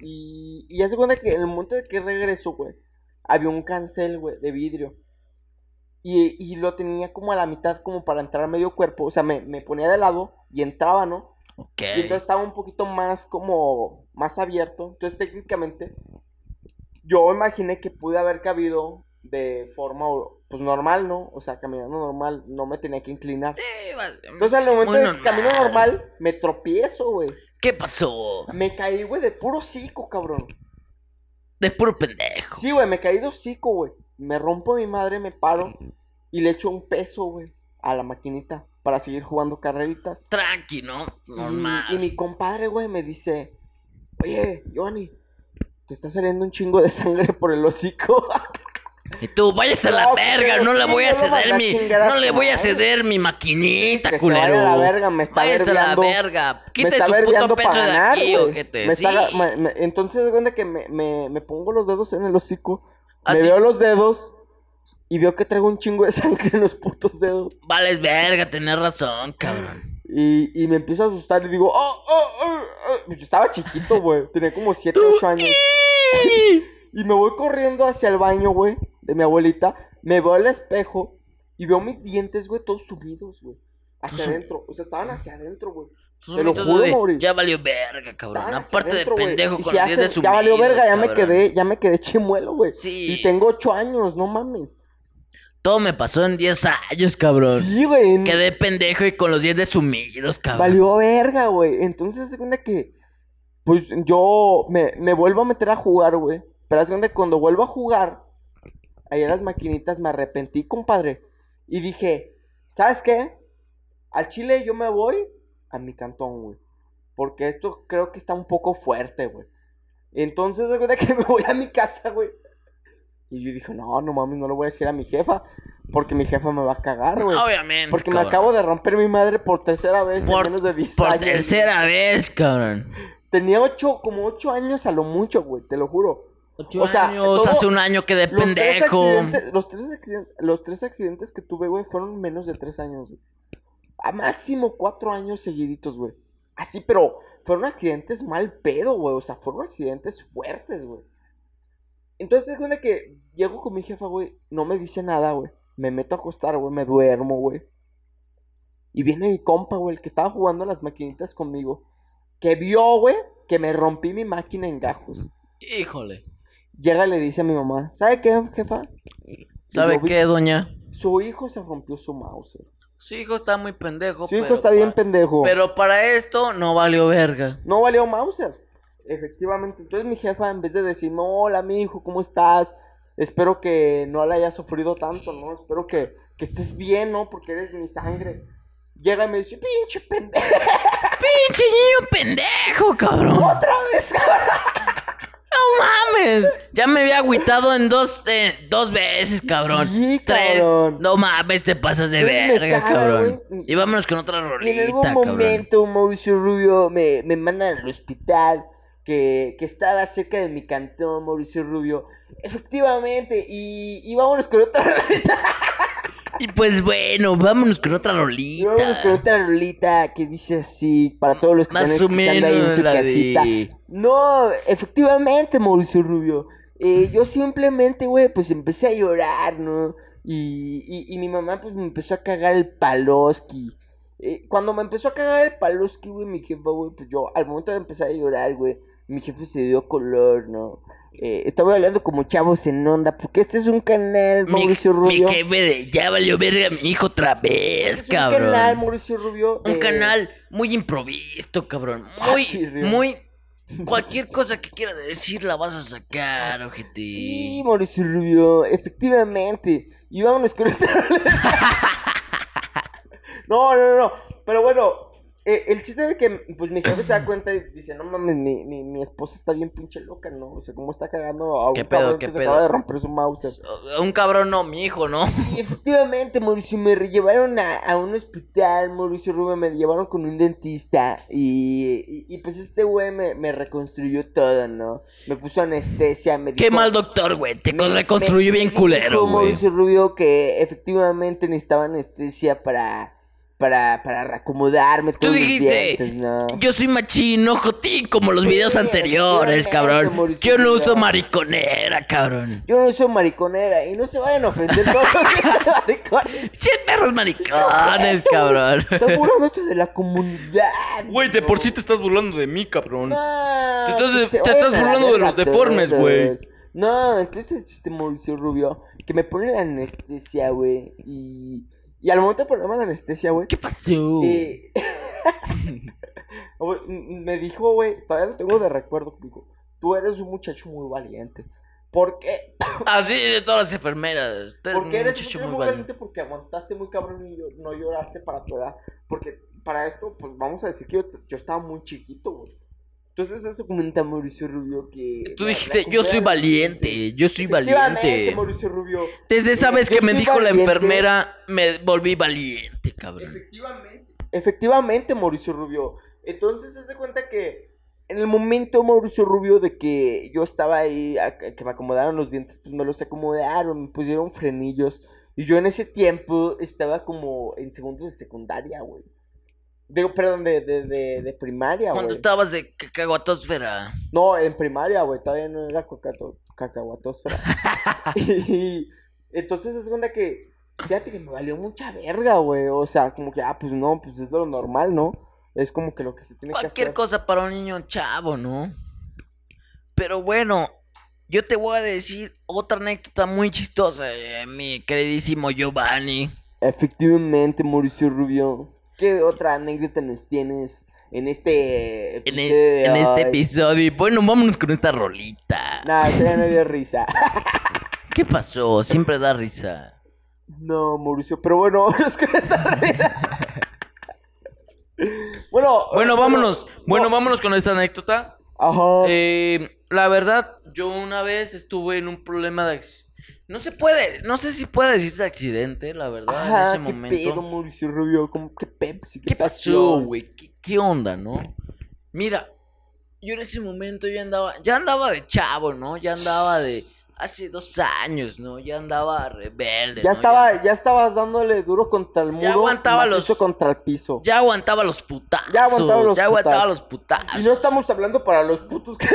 S1: Y, y hace cuenta que en el momento de que regreso, güey, había un cancel, güey, de vidrio. Y, y lo tenía como a la mitad, como para entrar medio cuerpo. O sea, me, me ponía de lado y entraba, ¿no?
S2: Ok.
S1: Y entonces estaba un poquito más como, más abierto. Entonces técnicamente yo imaginé que pude haber cabido de forma, pues normal, ¿no? O sea, caminando normal, no me tenía que inclinar.
S2: Sí, vas-
S1: Entonces al momento
S2: muy
S1: de que camino normal, me tropiezo, güey.
S2: ¿Qué pasó?
S1: Me caí, güey, de puro hocico, cabrón.
S2: De puro pendejo.
S1: Sí, güey, me caí de hocico, güey. Me rompo mi madre, me paro y le echo un peso, güey, a la maquinita para seguir jugando carreritas.
S2: Tranqui, ¿no?
S1: Y-
S2: Normal.
S1: Y, mi compadre, güey, me dice, oye, Giovanni, te está saliendo un chingo de sangre por el hocico. (laughs)
S2: Y tú, váyase a la
S1: No,
S2: verga,
S1: pero
S2: no le
S1: sí,
S2: voy a
S1: no lo
S2: ceder
S1: mandé a
S2: mi.
S1: chingar a
S2: No le
S1: su
S2: voy a
S1: madre.
S2: ceder mi maquinita,
S1: que se
S2: culero.
S1: vaya a la verga, me está
S2: Váyase a la
S1: vergueando.
S2: verga.
S1: Me
S2: Quita
S1: está
S2: su puto
S1: vergueando para
S2: peso de
S1: ganar,
S2: aquí,
S1: güey.
S2: ojete.
S1: Me
S2: sí.
S1: está ga- me- me- Entonces, de cuenta que me, me- me pongo los dedos en el hocico,
S2: Así.
S1: me veo los dedos y veo que traigo un chingo de (laughs) sangre en los putos dedos.
S2: Vales verga, tenés razón,
S1: (laughs)
S2: cabrón.
S1: Y, y me empiezo a asustar y digo, oh, oh, oh, oh". Yo estaba chiquito, güey. Tenía como 7, 8 años. Y me voy corriendo hacia el baño, güey, de mi abuelita. Me veo al espejo y veo mis dientes, güey, todos subidos, güey. Hacia
S2: Todos sub-
S1: adentro. O sea, estaban hacia adentro, güey.
S2: Tus
S1: Te lo
S2: momentos
S1: juro,
S2: de-
S1: Mauri.
S2: Ya valió verga, cabrón.
S1: Estaban hacia
S2: Aparte de
S1: adentro, güey.
S2: pendejo
S1: Y
S2: con
S1: ya
S2: los dientes
S1: se-
S2: subidos.
S1: Ya valió verga, ya me
S2: cabrón.
S1: quedé, ya me quedé chimuelo, güey.
S2: Sí.
S1: Y tengo ocho años, no mames.
S2: Todo me pasó en 10 años, cabrón.
S1: Sí, güey. en-
S2: Quedé pendejo y con los dientes sumidos, cabrón.
S1: Valió verga, güey. Entonces, se cuenta que. Pues yo me, me vuelvo a meter a jugar, güey. Pero hace cuenta que cuando vuelvo a jugar, ahí en las maquinitas me arrepentí, compadre. Y dije, ¿sabes qué? Al chile yo me voy a mi cantón, güey. Porque esto creo que está un poco fuerte, güey. Entonces, se cuenta (laughs) que me voy a mi casa, güey. Y yo dije, no, no mames, no lo voy a decir a mi jefa. Porque mi jefa me va a cagar,
S2: (laughs)
S1: güey.
S2: Obviamente.
S1: Porque me
S2: cabrón.
S1: acabo de romper mi madre por tercera vez
S2: Por-
S1: en menos de 10
S2: Por
S1: años.
S2: tercera vez, cabrón.
S1: Tenía ocho, como 8 años a lo mucho, güey, te lo juro.
S2: Ocho
S1: O sea,
S2: años,
S1: todo-
S2: hace un año quedé
S1: Los tres,
S2: pendejo.
S1: accidentes, los, tres accidentes, los tres accidentes que tuve, güey, fueron menos de 3 años, güey. A máximo 4 años seguiditos, güey. Así, pero fueron accidentes mal pedo, güey. O sea, fueron accidentes fuertes, güey. Entonces, cuando que llego con mi jefa, güey, no me dice nada, güey. Me meto a acostar, güey, me duermo, güey. Y viene mi compa, güey, el que estaba jugando a las maquinitas conmigo. Que vio, güey, que me rompí mi máquina en gajos.
S2: Híjole.
S1: Llega y le dice a mi mamá, ¿sabe qué, jefa?
S2: ¿Sabe
S1: Lo vi-
S2: qué, doña?
S1: Su hijo se rompió su mouse.
S2: Su hijo está muy pendejo.
S1: Su hijo
S2: pero
S1: está bien
S2: pa-
S1: pendejo.
S2: Pero para esto no valió verga.
S1: No valió Mauser. Efectivamente. Entonces mi jefa, en vez de decir, no, hola, mi hijo, ¿cómo estás? Espero que no la hayas sufrido tanto, ¿no? Espero que, que estés bien, ¿no? Porque eres mi sangre. Llega y me dice, pinche pendejo,
S2: ¡Pinche niño pendejo, cabrón!
S1: otra vez, cabrón.
S2: ¡No mames! Ya me había agüitado en dos, eh, dos veces, cabrón.
S1: Sí,
S2: Tres.
S1: cabrón.
S2: No mames, te pasas de
S1: Entonces me
S2: verga,
S1: caga,
S2: cabrón.
S1: güey.
S2: Y vámonos con otra rolita,
S1: Y en algún
S2: cabrón.
S1: momento Mauricio Rubio me, me mandan al hospital que, que estaba cerca de mi cantón, Mauricio Rubio. Efectivamente, y, y vámonos con otra (laughs) rolita.
S2: Y pues bueno, vámonos con otra
S1: Y vámonos con
S2: rolita.
S1: otra rolita que dice así, para todos los que
S2: Más o
S1: están escuchando ahí en
S2: menos
S1: su
S2: la
S1: casita.
S2: de...
S1: No, efectivamente, Mauricio Rubio. eh, yo simplemente, güey, pues empecé a llorar, ¿no? Y, y- y mi mamá, pues me empezó a cagar el paloski. Eh, cuando me empezó a cagar el paloski, güey, mi jefa, güey, pues yo, al momento de empezar a llorar, güey, mi jefe se dio color, ¿no? Eh, estaba hablando como chavos en onda, porque este es un canal,
S2: Mi,
S1: Mauricio Rubio. Este
S2: mi jefe de ya valió verga a mi hijo otra vez,
S1: es un
S2: cabrón.
S1: canal, Mauricio Rubio.
S2: Un
S1: eh,
S2: canal muy improvisto, cabrón.
S1: Ah,
S2: Muy,
S1: chirrión. (laughs)
S2: muy. Cualquier cosa que quieras decir la vas a sacar, ojete.
S1: Sí, Mauricio Rubio, efectivamente. Y vámonos con otra (laughs) No, no, no, no. Pero bueno, eh, el chiste de que pues mi jefe se da cuenta y dice, no mames, mi, mi, mi esposa está bien pinche loca, ¿no? O sea, cómo está cagando a un
S2: ¿Qué pedo,
S1: cabrón
S2: qué
S1: que se
S2: pedo?
S1: acaba de romper su mouse.
S2: O- Un cabrón no, mi hijo, ¿no?
S1: Y efectivamente, Mauricio, me re- llevaron a, a un hospital, Mauricio Rubio, me llevaron con un dentista y, y, y, pues este güey me, me reconstruyó todo, ¿no? Me puso anestesia, me
S2: Qué
S1: dijo-
S2: mal doctor, güey. Te
S1: me-
S2: reconstruye
S1: me
S2: bien
S1: dijo
S2: culero, güey.
S1: Mauricio Rubio que efectivamente necesitaba anestesia para, para, para reacomodarme todos los
S2: dijiste,
S1: dientes, no.
S2: Yo soy machino, jotín, como los videos
S1: Sí,
S2: anteriores,
S1: efectivamente,
S2: cabrón.
S1: Mauricio,
S2: Yo no
S1: ya.
S2: uso mariconera, cabrón.
S1: Yo no soy mariconera y no se vayan a ofender todos los que son maricones.
S2: Che,
S1: eh,
S2: perros maricones, cabrón.
S1: Están burlándote de la comunidad.
S2: Güey, de por sí
S1: te...
S2: te estás burlando de mí, cabrón.
S1: No, Ah,
S2: Te estás-
S1: que se
S2: te
S1: vayan
S2: estás
S1: a la
S2: burlando de
S1: verga
S2: los deformes,
S1: todos.
S2: güey.
S1: No, entonces el chiste Mauricio Rubio, que me pone la anestesia, güey. Y, y al momento de ponerme la anestesia, güey,
S2: ¿Qué pasó?
S1: Eh, (laughs) güey, m- me dijo, güey, todavía lo tengo de recuerdo, me dijo, tú eres un muchacho muy valiente. ¿Por qué?
S2: Así Ah, de todas las enfermeras. Tú eres
S1: Porque eres
S2: un
S1: un
S2: muchacho
S1: muchacho muy valiente porque aguantaste muy cabrón y llo- no lloraste para tu edad. Porque para esto, pues vamos a decir que yo, yo estaba muy chiquito, güey. Entonces eso comenta Mauricio Rubio que...
S2: Tú
S1: la- la
S2: dijiste, yo soy
S1: comunidad-
S2: valiente, yo soy
S1: Efectivamente,
S2: valiente.
S1: Mauricio Rubio.
S2: Desde esa vez
S1: Yo
S2: que me
S1: soy
S2: dijo la
S1: valiente.
S2: enfermera, me volví valiente, cabrón.
S1: Efectivamente. Efectivamente, Mauricio Rubio. Entonces se hace cuenta que en el momento, Mauricio Rubio, de que yo estaba ahí, a- a- que me acomodaron los dientes, pues me los acomodaron, me pusieron frenillos. Y yo en ese tiempo estaba como en segundo de secundaria, güey. Digo, perdón, de, de, de, de primaria,
S2: Cuando
S1: güey.
S2: estabas de cacahuatosfera.
S1: No, en primaria, güey, todavía no era cocato-
S2: (laughs)
S1: cacahuatosfera. y entonces se cuenta que, fíjate que me valió mucha verga, güey. O sea, como que, ah, pues no, pues es lo normal, ¿no? Es como que lo que se tiene que
S2: Cualquier
S1: hacer.
S2: cosa para un niño chavo, ¿no? Pero bueno, yo te voy a decir otra anécdota muy chistosa, eh, mi queridísimo Giovanni.
S1: Efectivamente, Mauricio Rubio. ¿Qué otra anécdota nos tienes en este
S2: En, e- en
S1: de
S2: este
S1: hoy?
S2: episodio. Y bueno, vámonos con esta rolita.
S1: No, eso ya no dio risa.
S2: ¿Qué pasó? Siempre da risa.
S1: No, Mauricio, pero bueno, (laughs) vámonos con esta
S2: (laughs)
S1: realidad. Bueno,
S2: Bueno, vámonos. Bueno,
S1: no.
S2: vámonos con esta anécdota.
S1: Ajá.
S2: Eh, la verdad, yo una vez estuve en un problema de... acc- No se puede, no sé si puede decirse accidente, la verdad, en
S1: Ajá,
S2: ese
S1: qué
S2: momento.
S1: pedo, Mauricio Rubio, como qué Pepsi,
S2: ¿Qué pasó,
S1: pasión.
S2: güey? ¿Qué, qué onda, no? Mira, yo en ese momento ya andaba, ya andaba de chavo, ¿no? Ya andaba de... Hace dos años, ¿no? Ya andaba rebelde.
S1: Ya
S2: ¿no?
S1: estaba, ya... estabas dándole duro contra el muro.
S2: aguantaba
S1: macizo
S2: los-
S1: contra el piso.
S2: Ya aguantaba los putazos. Ya
S1: aguantaba
S2: aguantaba los
S1: los
S2: ya aguantaba
S1: putazos.
S2: los putazos.
S1: Y no estamos hablando para los putos que.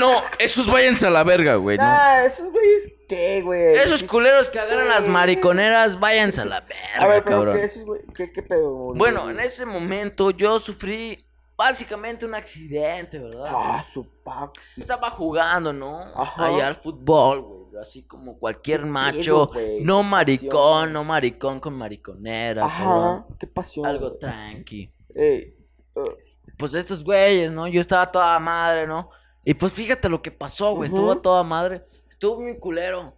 S2: No, esos váyanse a la verga, güey. no.
S1: ah, esos güeyes, ¿qué, güey?
S2: Esos
S1: Sí,
S2: culeros que agarran las mariconeras, váyanse a la
S1: A
S2: verga,
S1: ver, pero
S2: cabrón.
S1: ¿qué, esos güey- ¿Qué, qué pedo, Mauricio?
S2: Bueno, en ese momento yo sufrí básicamente un accidente, ¿verdad?
S1: Ah, su paxi.
S2: Estaba jugando, ¿no?
S1: Ajá.
S2: Allá al fútbol, güey. Así como cualquier macho.
S1: güey,
S2: no
S1: qué
S2: maricón,
S1: pasión.
S2: no maricón con mariconera,
S1: Ajá,
S2: cabrón.
S1: qué pasión.
S2: Algo
S1: güey.
S2: tranqui.
S1: Ey,
S2: Pues estos güeyes, ¿no? Yo estaba toda madre, ¿no? Y pues fíjate lo que pasó, güey. Estuvo
S1: Ujú.
S2: toda madre. Estuvo muy culero.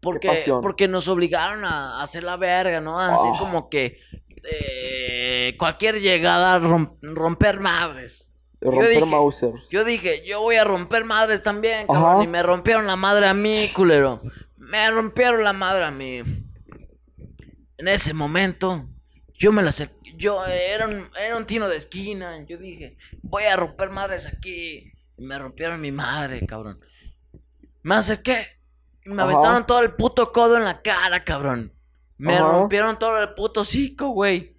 S2: Porque,
S1: pasión.
S2: porque nos obligaron a a hacer la verga, ¿no? Así
S1: Ah.
S2: como que eh, cualquier llegada rom- romper madres.
S1: romper
S2: dije-
S1: Mauser.
S2: Yo dije, yo voy a romper madres también,
S1: Ajá.
S2: cabrón. Y me rompieron la madre a mí, culero. Me rompieron la madre a mí. En ese momento, yo me la acer- Yo eh, era un, era un tino de esquina. Yo dije, voy a romper madres aquí. Y me rompieron mi madre, cabrón. Me acerqué. y me
S1: Ajá.
S2: aventaron todo el puto codo en la cara, cabrón. Me
S1: Ajá.
S2: rompieron todo el puto hocico, güey.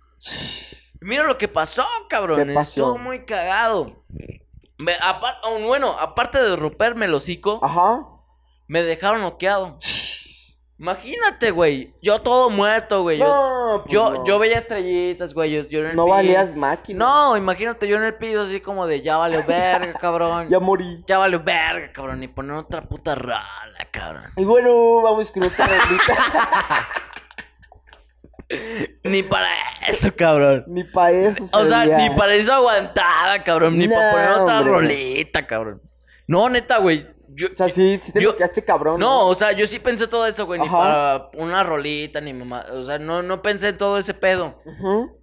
S2: Mira lo que pasó, cabrón.
S1: ¿Qué pasó?
S2: Estuvo muy cagado. Me- apar- oh, bueno, aparte de romperme el hocico,
S1: Ajá.
S2: me dejaron noqueado. Imagínate, güey. Yo todo muerto, güey. Yo,
S1: No, pues
S2: yo,
S1: no.
S2: yo veía estrellitas, güey. Yo, yo en el
S1: No
S2: piso.
S1: valías máquina.
S2: No, imagínate, yo en el piso así como de ya valió
S1: (laughs)
S2: verga, cabrón.
S1: Ya morí.
S2: Ya valió verga, cabrón. Y poner otra puta rala, cabrón.
S1: Y bueno, vamos con otra
S2: (laughs)
S1: rolita.
S2: Ni para eso, cabrón.
S1: ni para eso
S2: O sea,
S1: servía.
S2: ni para eso aguantaba, cabrón. Ni para
S1: No,
S2: poner otra
S1: hombre.
S2: roleta, cabrón. No, neta, güey. Yo,
S1: O sea, sí, sí te
S2: Yo-
S1: bloqueaste, cabrón.
S2: no, o sea, yo sí pensé todo eso, güey. Ni para
S1: Ajá.
S2: una rolita, ni mamá. O sea, no, no pensé en todo ese pedo.
S1: Ujú.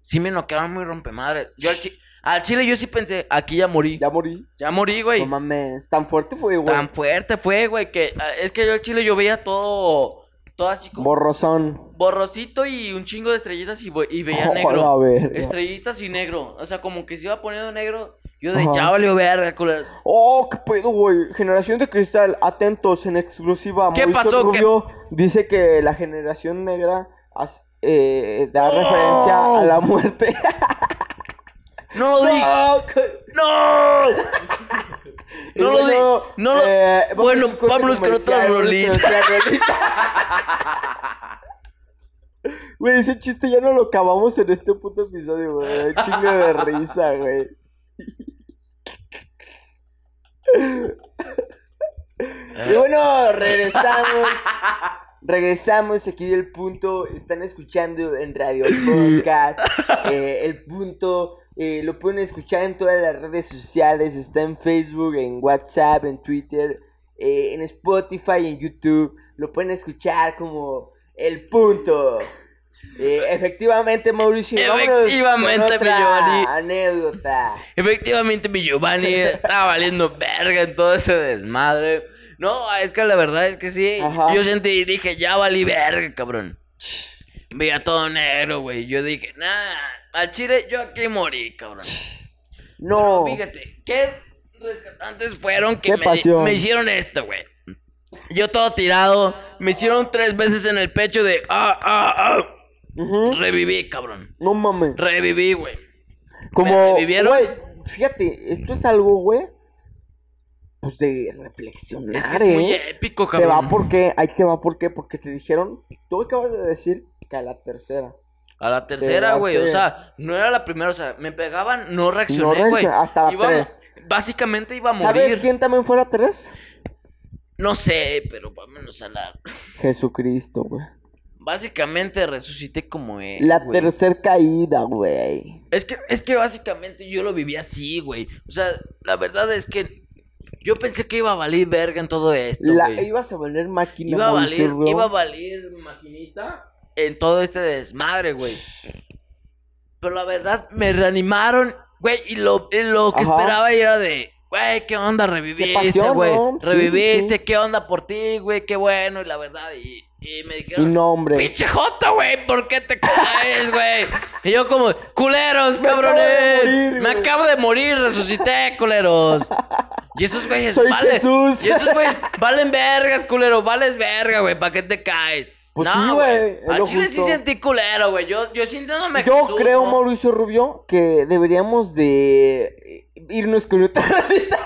S2: Sí me noquearon muy rompemadres. Yo al, chi- al chile yo sí pensé, aquí ya morí.
S1: Ya morí.
S2: Ya morí, güey.
S1: No mames. Tan fuerte fue, güey.
S2: Tan fuerte fue, güey, que ah, es que yo al chile yo veía todo, todo así como
S1: Borrosón.
S2: borrosito y un chingo de estrellitas y, voy- y
S1: (laughs)
S2: veía
S1: Oh,
S2: negro. Este-
S1: a ver.
S2: Estrellitas y negro. O sea, como que se iba poniendo negro. Yo de
S1: Ajá.
S2: ya valió verga, culero.
S1: Oh, qué pedo, güey. Generación de cristal, atentos en exclusiva.
S2: ¿Qué
S1: Mauricio
S2: pasó? ¿Qué-
S1: Rubio dice que la generación negra as- eh, da
S2: No.
S1: referencia a la muerte. Oh,
S2: No
S1: (laughs)
S2: lo di.
S1: No, co-
S2: No.
S1: y
S2: No lo di.
S1: bueno,
S2: No lo.
S1: eh, vamos
S2: bueno,
S1: a un corte
S2: Pablo es con otra
S1: comercial, vamos
S2: rolita.
S1: a otra
S2: (laughs)
S1: rolita. Güey, ese chiste ya no lo acabamos en este puto episodio, güey. Chingo de risa, güey. Y
S2: (laughs)
S1: bueno, regresamos. Regresamos aquí del punto. Están escuchando en Radio
S2: (laughs)
S1: Podcast. eh, el punto eh, lo pueden escuchar en todas las redes sociales. Está en Facebook, en WhatsApp, en Twitter, eh, en Spotify, en YouTube. Lo pueden escuchar como el punto. Eh, efectivamente, Mauricio. vámonos
S2: Efectivamente,
S1: con otra
S2: mi Giovanni.
S1: anécdota.
S2: Efectivamente, mi
S1: (laughs)
S2: Giovanni está valiendo verga en todo ese desmadre. No, es que la verdad es que sí.
S1: Ajá.
S2: Yo sentí y dije, ya valí verga, cabrón. Veía todo negro, güey. Yo dije, nah, al chile yo aquí morí, cabrón.
S1: No.
S2: Fíjate, qué rescatantes fueron que
S1: Qué
S2: me,
S1: pasión.
S2: me hicieron esto, güey. Yo todo tirado, me hicieron tres veces en el pecho de ah, ah, ah.
S1: Ujú.
S2: Reviví, cabrón.
S1: No mames.
S2: Reviví, güey.
S1: Como,
S2: revivieron.
S1: güey, fíjate, esto es algo, güey, pues de reflexionar,
S2: Es que es muy
S1: ¿eh?
S2: épico,
S1: Te
S2: cabrón.
S1: va porque, ahí te va porque, porque te dijeron, tú acabas de decir que a la tercera.
S2: A la tercera,
S1: Pegarte.
S2: güey. O sea, no era la primera. O sea, me pegaban, no
S1: No
S2: reaccioné, güey.
S1: reaccioné, hasta la
S2: Iba-
S1: tres.
S2: Básicamente iba a
S1: ¿Sabes
S2: morir.
S1: quién también fue a la tres?
S2: No sé, pero vámonos a la.
S1: Jesucristo, güey.
S2: Básicamente resucité como él.
S1: La
S2: Eh, güey.
S1: tercer caída, güey.
S2: Es que, es que básicamente yo lo viví así, güey. O sea, la verdad es que yo pensé que iba a valer verga en todo esto,
S1: La,
S2: güey.
S1: ibas a valer máquina,
S2: Iba a valer,
S1: Mauricio, güey.
S2: iba a valer maquinita en todo este desmadre, güey. Pero la verdad, me reanimaron, güey, y lo, y lo que
S1: Ajá.
S2: esperaba era de, güey, ¿qué onda? Reviviste,
S1: Qué pasión,
S2: güey.
S1: ¿no? Sí, sí,
S2: Reviviste,
S1: sí.
S2: ¿qué onda por ti, güey? Qué bueno, y la verdad, y, y me
S1: Y
S2: dijeron...
S1: no, hombre.
S2: Pinche Jota, güey, ¿por qué te caes, güey? Y yo como, culeros,
S1: Me acabo de
S2: cabrones.
S1: morir,
S2: me
S1: güey."
S2: acabo de morir, resucité, culeros. Y esos güeyes
S1: Soy
S2: valen.
S1: Jesús.
S2: Y
S1: (laughs)
S2: esos güeyes valen vergas, culero. Vales verga, güey. ¿Para qué te caes?
S1: Pues sí, güey, es
S2: Al
S1: lo
S2: chile sí
S1: justo.
S2: sentí culero, güey. Yo, yo sintiéndome
S1: Yo
S2: Jesús,
S1: creo,
S2: ¿no?
S1: Mauricio Rubio, que deberíamos de eh, irnos con otra rolita.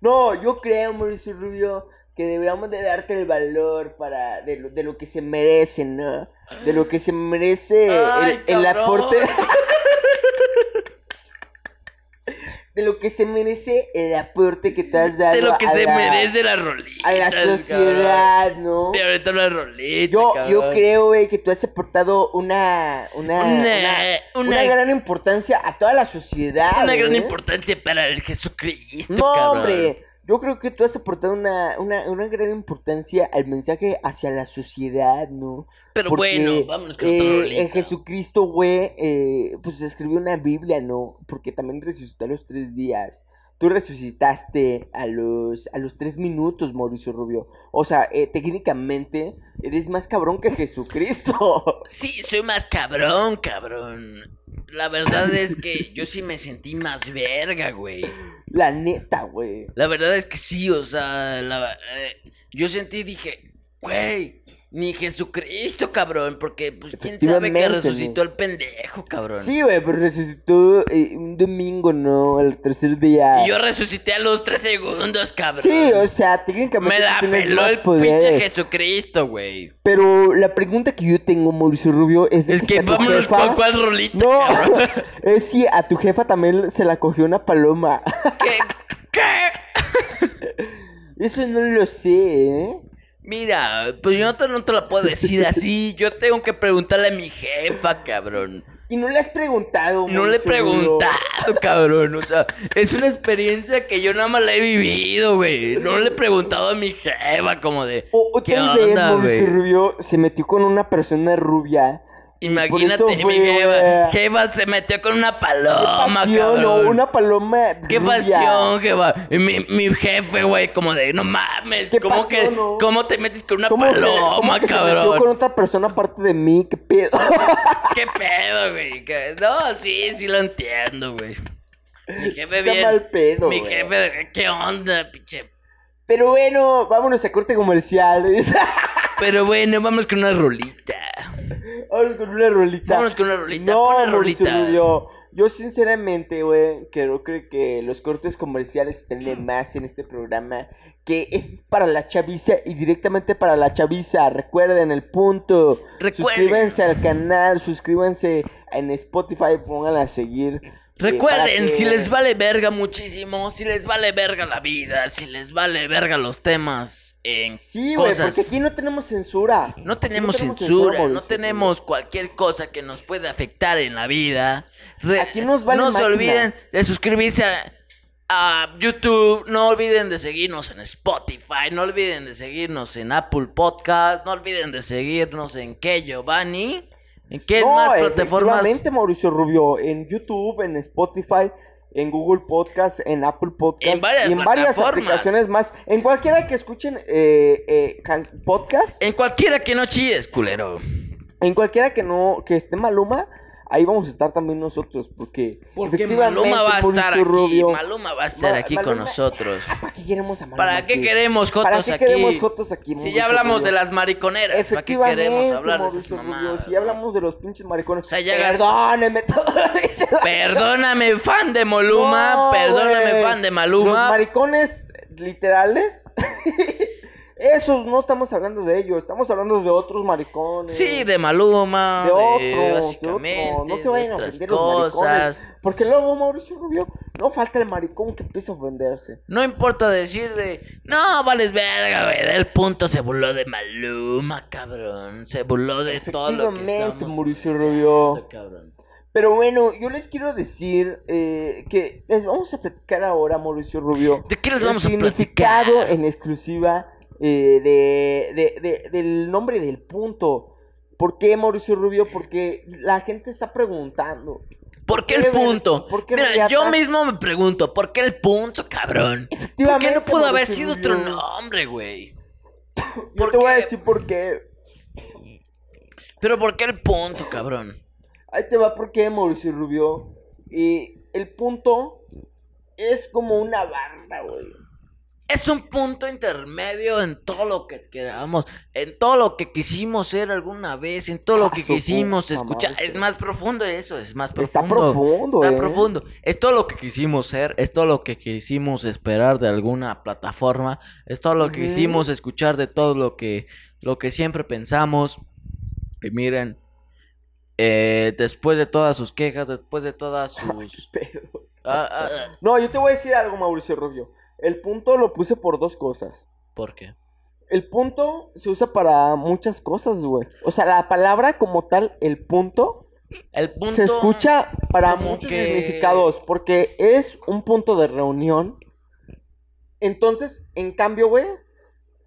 S1: No, yo creo, Mauricio Rubio, que deberíamos de darte el valor para de lo, de lo que se merece, ¿no? De lo que se merece
S2: Ay,
S1: el, el
S2: cabrón.
S1: aporte. De lo que se merece el aporte que te has dado.
S2: De lo que
S1: a
S2: se
S1: la-
S2: merece la rolita.
S1: A la sociedad, ¿no?
S2: Y ahorita la rolita.
S1: Yo, yo
S2: cabrón.
S1: creo, güey, que tú has aportado una una,
S2: Una-
S1: una-
S2: una-
S1: una gran importancia a toda la sociedad.
S2: Una gran
S1: ¿eh?
S2: importancia para el Jesucristo,
S1: No,
S2: cabrón.
S1: hombre. Yo creo que tú has aportado una, una, una gran importancia al mensaje hacia la sociedad, ¿no?
S2: Pero
S1: Porque,
S2: bueno, vámonos con
S1: eh,
S2: otro
S1: eh,
S2: rolito.
S1: Jesucristo, güey, eh, pues escribió una Biblia, ¿no? Porque también resucitó a los tres días. Tú resucitaste a los, a los tres minutos, Mauricio Rubio. O sea, eh, técnicamente eres más cabrón que Jesucristo. (laughs)
S2: Sí, soy más cabrón, cabrón. La verdad es
S1: (laughs)
S2: que yo sí me sentí más verga, güey.
S1: La neta, güey.
S2: La verdad es que sí, o sea, la- eh, yo sentí, dije, güey, ni Jesucristo, cabrón, porque pues quién sabe que
S1: Efectivamente,
S2: resucitó el pendejo, cabrón.
S1: Sí, güey, pero resucitó eh, un domingo, ¿no? El tercer día.
S2: Y yo resucité a los tres segundos, cabrón.
S1: ah. Sí, o sea, técnicamente
S2: me
S1: tú
S2: la
S1: tienes
S2: peló
S1: más
S2: el pinche
S1: poderes.
S2: Jesucristo, güey.
S1: Pero la pregunta que yo tengo, Mauricio Rubio, es... de
S2: Es que
S1: si a tu
S2: vámonos
S1: jefa-
S2: con cuál rolito,
S1: No,
S2: (laughs) cabrón.
S1: (laughs) es si a tu jefa también se la cogió una paloma. (laughs)
S2: ¿Qué? ¿Qué?
S1: Eso no lo sé, ¿eh?
S2: Mira, pues yo no te, no te la puedo decir así. Yo tengo que preguntarle a mi jefa, cabrón.
S1: Y no le has preguntado,
S2: No le he
S1: Mauricio Rubio.
S2: preguntado, cabrón. O sea, es una experiencia que yo nada más la he vivido, güey. No le he preguntado a mi jefa, como de.
S1: O, o
S2: ¿Qué
S1: tal vez
S2: onda,
S1: Mauricio
S2: güey?
S1: Rubio se metió con una persona rubia.
S2: Imagínate,
S1: por eso
S2: mi
S1: fue,
S2: jefa.
S1: güey.
S2: Jefa se metió con una
S1: Qué
S2: paloma,
S1: pasión, ¿no?
S2: Ah, cabrón.
S1: Una paloma
S2: Qué
S1: rubia.
S2: pasión, jefa. Y mi, mi jefe, güey, como de, no mames,
S1: Qué
S2: ¿cómo, que,
S1: pasión, ¿no?
S2: ¿cómo te metes con una
S1: ¿Cómo que- cómo
S2: paloma,
S1: que se metió
S2: cabrón?
S1: con otra persona aparte de mí? ¿Qué pedo? (laughs)
S2: ¿Qué pedo, güey? ¿Qué- No, sí, sí lo entiendo, güey. Mi jefe
S1: Está
S2: bien.
S1: mal pedo,
S2: mi
S1: güey.
S2: jefe, ¿qué onda, pinche
S1: Pero bueno, vámonos a corte comercial. (laughs)
S2: Pero bueno, vamos con una rolita.
S1: Vámonos con una rolita.
S2: Vámonos con una rolita. pon la
S1: Mauricio
S2: rolita.
S1: Rubio, Yo sinceramente, güey, creo, creo que los cortes comerciales están de más en este programa. Que es para la chaviza y directamente para la chaviza. Recuerden el punto.
S2: Recuerden.
S1: Suscríbanse al canal, suscríbanse en Spotify, pongan a seguir. eh, para
S2: Recuerden,
S1: que-
S2: si les vale verga muchísimo, si les vale verga la vida, si les vale verga los temas en
S1: Sí, güey,
S2: cosas.
S1: porque aquí no tenemos censura.
S2: No tenemos
S1: Aquí no tenemos
S2: censura, no
S1: Mauricio,
S2: tenemos cualquier cosa que nos pueda afectar en la vida. Re-
S1: Aquí nos vale
S2: no se
S1: máquina.
S2: olviden de suscribirse a, a YouTube, no olviden de seguirnos en Spotify, no olviden de seguirnos en Apple Podcast, no olviden de seguirnos en qué Giovanni, en qué
S1: No,
S2: más plataformas.
S1: efectivamente, Mauricio Rubio, en YouTube, en Spotify, en Google Podcast, en Apple Podcast,
S2: En varias
S1: y en varias
S2: plataformas.
S1: aplicaciones más. En cualquiera que escuchen eh, eh, can- podcast,
S2: En cualquiera que no chilles, culero.
S1: en cualquiera que no, que esté Maluma, ahí vamos a estar también nosotros, porque,
S2: Porque Maluma va a estar aquí,
S1: Mauricio Rubio-
S2: Maluma va a estar
S1: Ma-
S2: aquí con
S1: Maluma-
S2: nosotros.
S1: Ah, ¿Para qué queremos a Maluma
S2: ¿Para qué
S1: aquí?
S2: queremos
S1: ¿Para
S2: Jotos
S1: qué
S2: aquí?
S1: queremos Jotos aquí,
S2: Si
S1: Mauricio
S2: ya hablamos
S1: Rubio?
S2: de las mariconeras, ¿para qué
S1: Efectivamente,
S2: queremos hablar de esas
S1: Mauricio Rubio,
S2: mamadas?
S1: Si hablamos de los pinches maricones.
S2: O sea, ya gast-
S1: Perdónenme (laughs) todo lo dicho.
S2: Perdóname, fan de Moluma.
S1: No,
S2: perdóname,
S1: güey.
S2: fan de
S1: Los
S2: Maluma.
S1: maricones literales. (laughs) Esos no estamos hablando de ellos. Estamos hablando de otros maricones.
S2: Sí, de Maluma.
S1: de otros, de
S2: básicamente,
S1: otros. No
S2: de
S1: se vayan a
S2: otras
S1: ofender los
S2: cosas.
S1: maricones. Porque luego Mauricio Rubio no falta el maricón que empieza a ofenderse.
S2: No importa decir de, no, vales verga, güey, del punto se burló de Maluma, cabrón, se burló de todo lo que
S1: Efectivamente,
S2: estamos
S1: Mauricio
S2: pensando,
S1: Rubio.
S2: cabrón.
S1: Pero bueno, yo les quiero decir eh, que les vamos a platicar ahora, Mauricio Rubio.
S2: ¿De qué les
S1: el
S2: vamos a platicar?
S1: significado en exclusiva eh, de, de- de- del nombre del punto. ¿Por qué, Mauricio Rubio? Porque la gente está preguntando.
S2: ¿Por qué
S1: ¿Por qué,
S2: el
S1: güey?
S2: punto?
S1: ¿Por qué
S2: Mira,
S1: reatas?
S2: yo mismo me pregunto, ¿por qué el punto, cabrón? ¿Por qué
S1: Efectivamente,
S2: no pudo haber
S1: Mauricio
S2: sido
S1: Rubio,
S2: otro nombre, güey?
S1: Yo
S2: ¿Por
S1: te voy a
S2: qué?
S1: decir por qué.
S2: Pero ¿por qué el punto, cabrón?
S1: Ahí te va por qué, Mauricio Rubio. Y el punto es como una barra, güey.
S2: Es un punto intermedio en todo lo que queramos, en todo lo que quisimos ser alguna vez, en todo lo
S1: Ah,
S2: que
S1: su
S2: quisimos
S1: puta
S2: escuchar.
S1: madre.
S2: Es más profundo eso, es más profundo.
S1: Está profundo,
S2: Está
S1: eh.
S2: profundo. Es todo lo que quisimos ser, es todo lo que quisimos esperar de alguna plataforma, es todo lo que
S1: Ujú.
S2: quisimos escuchar de todo lo que, lo que siempre pensamos. Y miren, eh, después de todas sus quejas, después de
S1: (laughs)
S2: todas sus...
S1: Pero-
S2: Ah, ah, ah,
S1: No, yo te voy a decir algo, Mauricio Rubio. El punto lo puse por dos cosas.
S2: ¿Por qué?
S1: El punto se usa para muchas cosas, güey. O sea, la palabra como tal, el punto,
S2: El punto...
S1: se escucha para
S2: como
S1: muchos
S2: que-
S1: significados, porque es un punto de reunión. Entonces, en cambio, güey,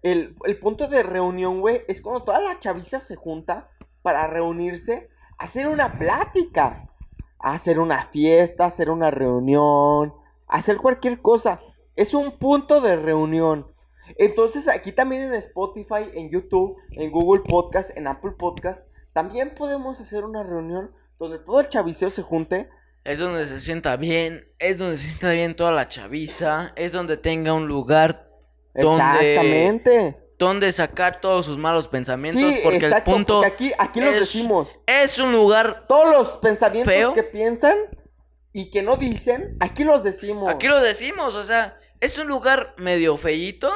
S1: el, el punto de reunión, güey, es cuando toda la chaviza se junta para reunirse, hacer una plática, hacer una fiesta, hacer una reunión, hacer cualquier cosa. Es un punto de reunión. Entonces aquí también en Spotify, en YouTube, en Google Podcast, en Apple Podcast, también podemos hacer una reunión donde todo el chaviceo se junte.
S2: Es donde se sienta bien, es donde se sienta bien toda la chaviza, es donde tenga un lugar donde,
S1: Exactamente.
S2: donde sacar todos sus malos pensamientos,
S1: Sí,
S2: porque
S1: exacto.
S2: el punto
S1: porque aquí, aquí los
S2: es-
S1: decimos.
S2: es un lugar,
S1: Todos los pensamientos
S2: feo.
S1: que piensan y que no dicen, aquí los decimos.
S2: aquí lo decimos, o sea, es un lugar medio feíto,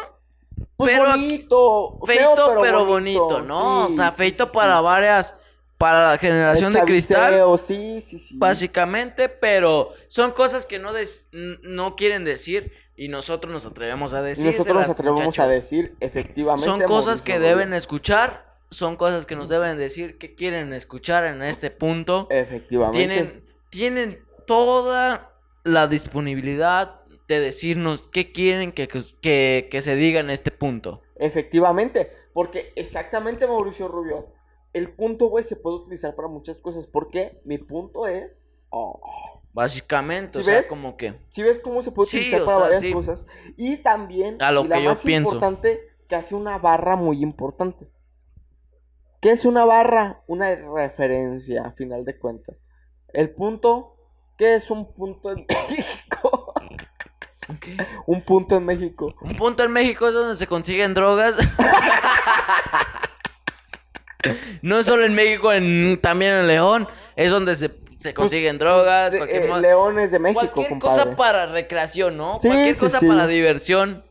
S1: Pues
S2: pero aquí-
S1: bonito.
S2: feito
S1: feo,
S2: pero, bonito, ¿no?
S1: Sí,
S2: o sea,
S1: sí,
S2: feito
S1: sí,
S2: para
S1: sí.
S2: varias, para la
S1: El
S2: generación de cristal,
S1: chaviceo, Sí, sí, sí.
S2: básicamente, pero son cosas que no, des- n- no quieren decir y nosotros nos atrevemos a decir.
S1: Nosotros nos atrevemos a decir, efectivamente.
S2: Son cosas
S1: Mauricio
S2: que
S1: Rubio.
S2: deben escuchar, son cosas que nos deben decir que quieren escuchar en este punto.
S1: Efectivamente.
S2: Tienen, tienen toda la disponibilidad de decirnos qué quieren que, que- que se diga en este punto.
S1: Efectivamente. Porque exactamente, Mauricio Rubio. El punto, güey, se puede utilizar para muchas cosas. Porque mi punto es. Oh.
S2: Básicamente, o
S1: ¿Sí
S2: sea,
S1: ves?
S2: como que...
S1: Si ves cómo se puede
S2: Sí,
S1: utilizar
S2: o
S1: para
S2: sea,
S1: varias
S2: sí.
S1: cosas. Y también.
S2: A lo
S1: y la
S2: que yo
S1: más
S2: pienso.
S1: importante que hace una barra muy importante. ¿Qué es una barra? Una referencia, a final de cuentas. El punto. ¿Qué es un punto en (laughs) México?
S2: Ok.
S1: Un punto en México.
S2: Un punto en México es donde se consiguen drogas. (laughs) no solo en México, en, también en León. Es donde se, se consiguen drogas.
S1: Pues, De-
S2: cualquier,
S1: eh,
S2: ma-
S1: Leones de México,
S2: cualquier
S1: compadre.
S2: cosa para recreación, ¿no?
S1: Sí,
S2: cualquier
S1: sí,
S2: cosa
S1: sí.
S2: para diversión.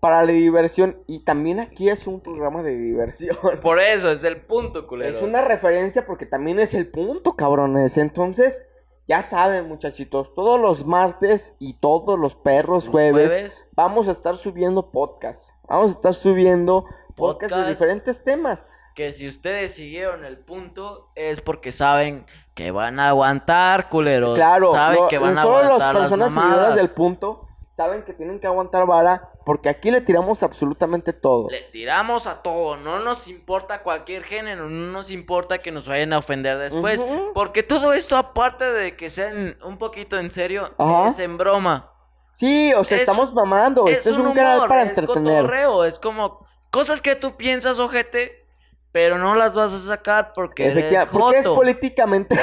S1: Para la diversión. Y también aquí es un programa de diversión.
S2: (laughs) Por eso es el punto, culero.
S1: Es una referencia porque también es el punto, cabrones. Entonces, ya saben, muchachitos, todos los martes y todos los perros
S2: Los
S1: jueves,
S2: jueves.
S1: vamos a estar subiendo podcast. Vamos a estar subiendo podcast, de
S2: Podcast.
S1: diferentes temas.
S2: Que si ustedes siguieron el punto es porque saben que van a aguantar, culeros.
S1: claro,
S2: saben
S1: no-
S2: que van a
S1: solo
S2: aguantar
S1: las personas
S2: las
S1: seguidoras
S2: mamadas.
S1: del punto saben que tienen que aguantar vara porque aquí le tiramos absolutamente todo.
S2: Le tiramos a todo, no nos importa cualquier género, no nos importa que nos vayan a ofender después,
S1: Ujú.
S2: porque todo esto aparte de que sea en- un poquito en serio,
S1: Ajá.
S2: es en broma.
S1: Sí, o sea,
S2: Es-
S1: estamos mamando. este es un canal para
S2: es
S1: entretener.
S2: cotorreo, es como cosas que tú piensas, ojete, pero no las vas a sacar porque eres
S1: Efectivamente, porque es
S2: joto. (laughs)
S1: políticamente.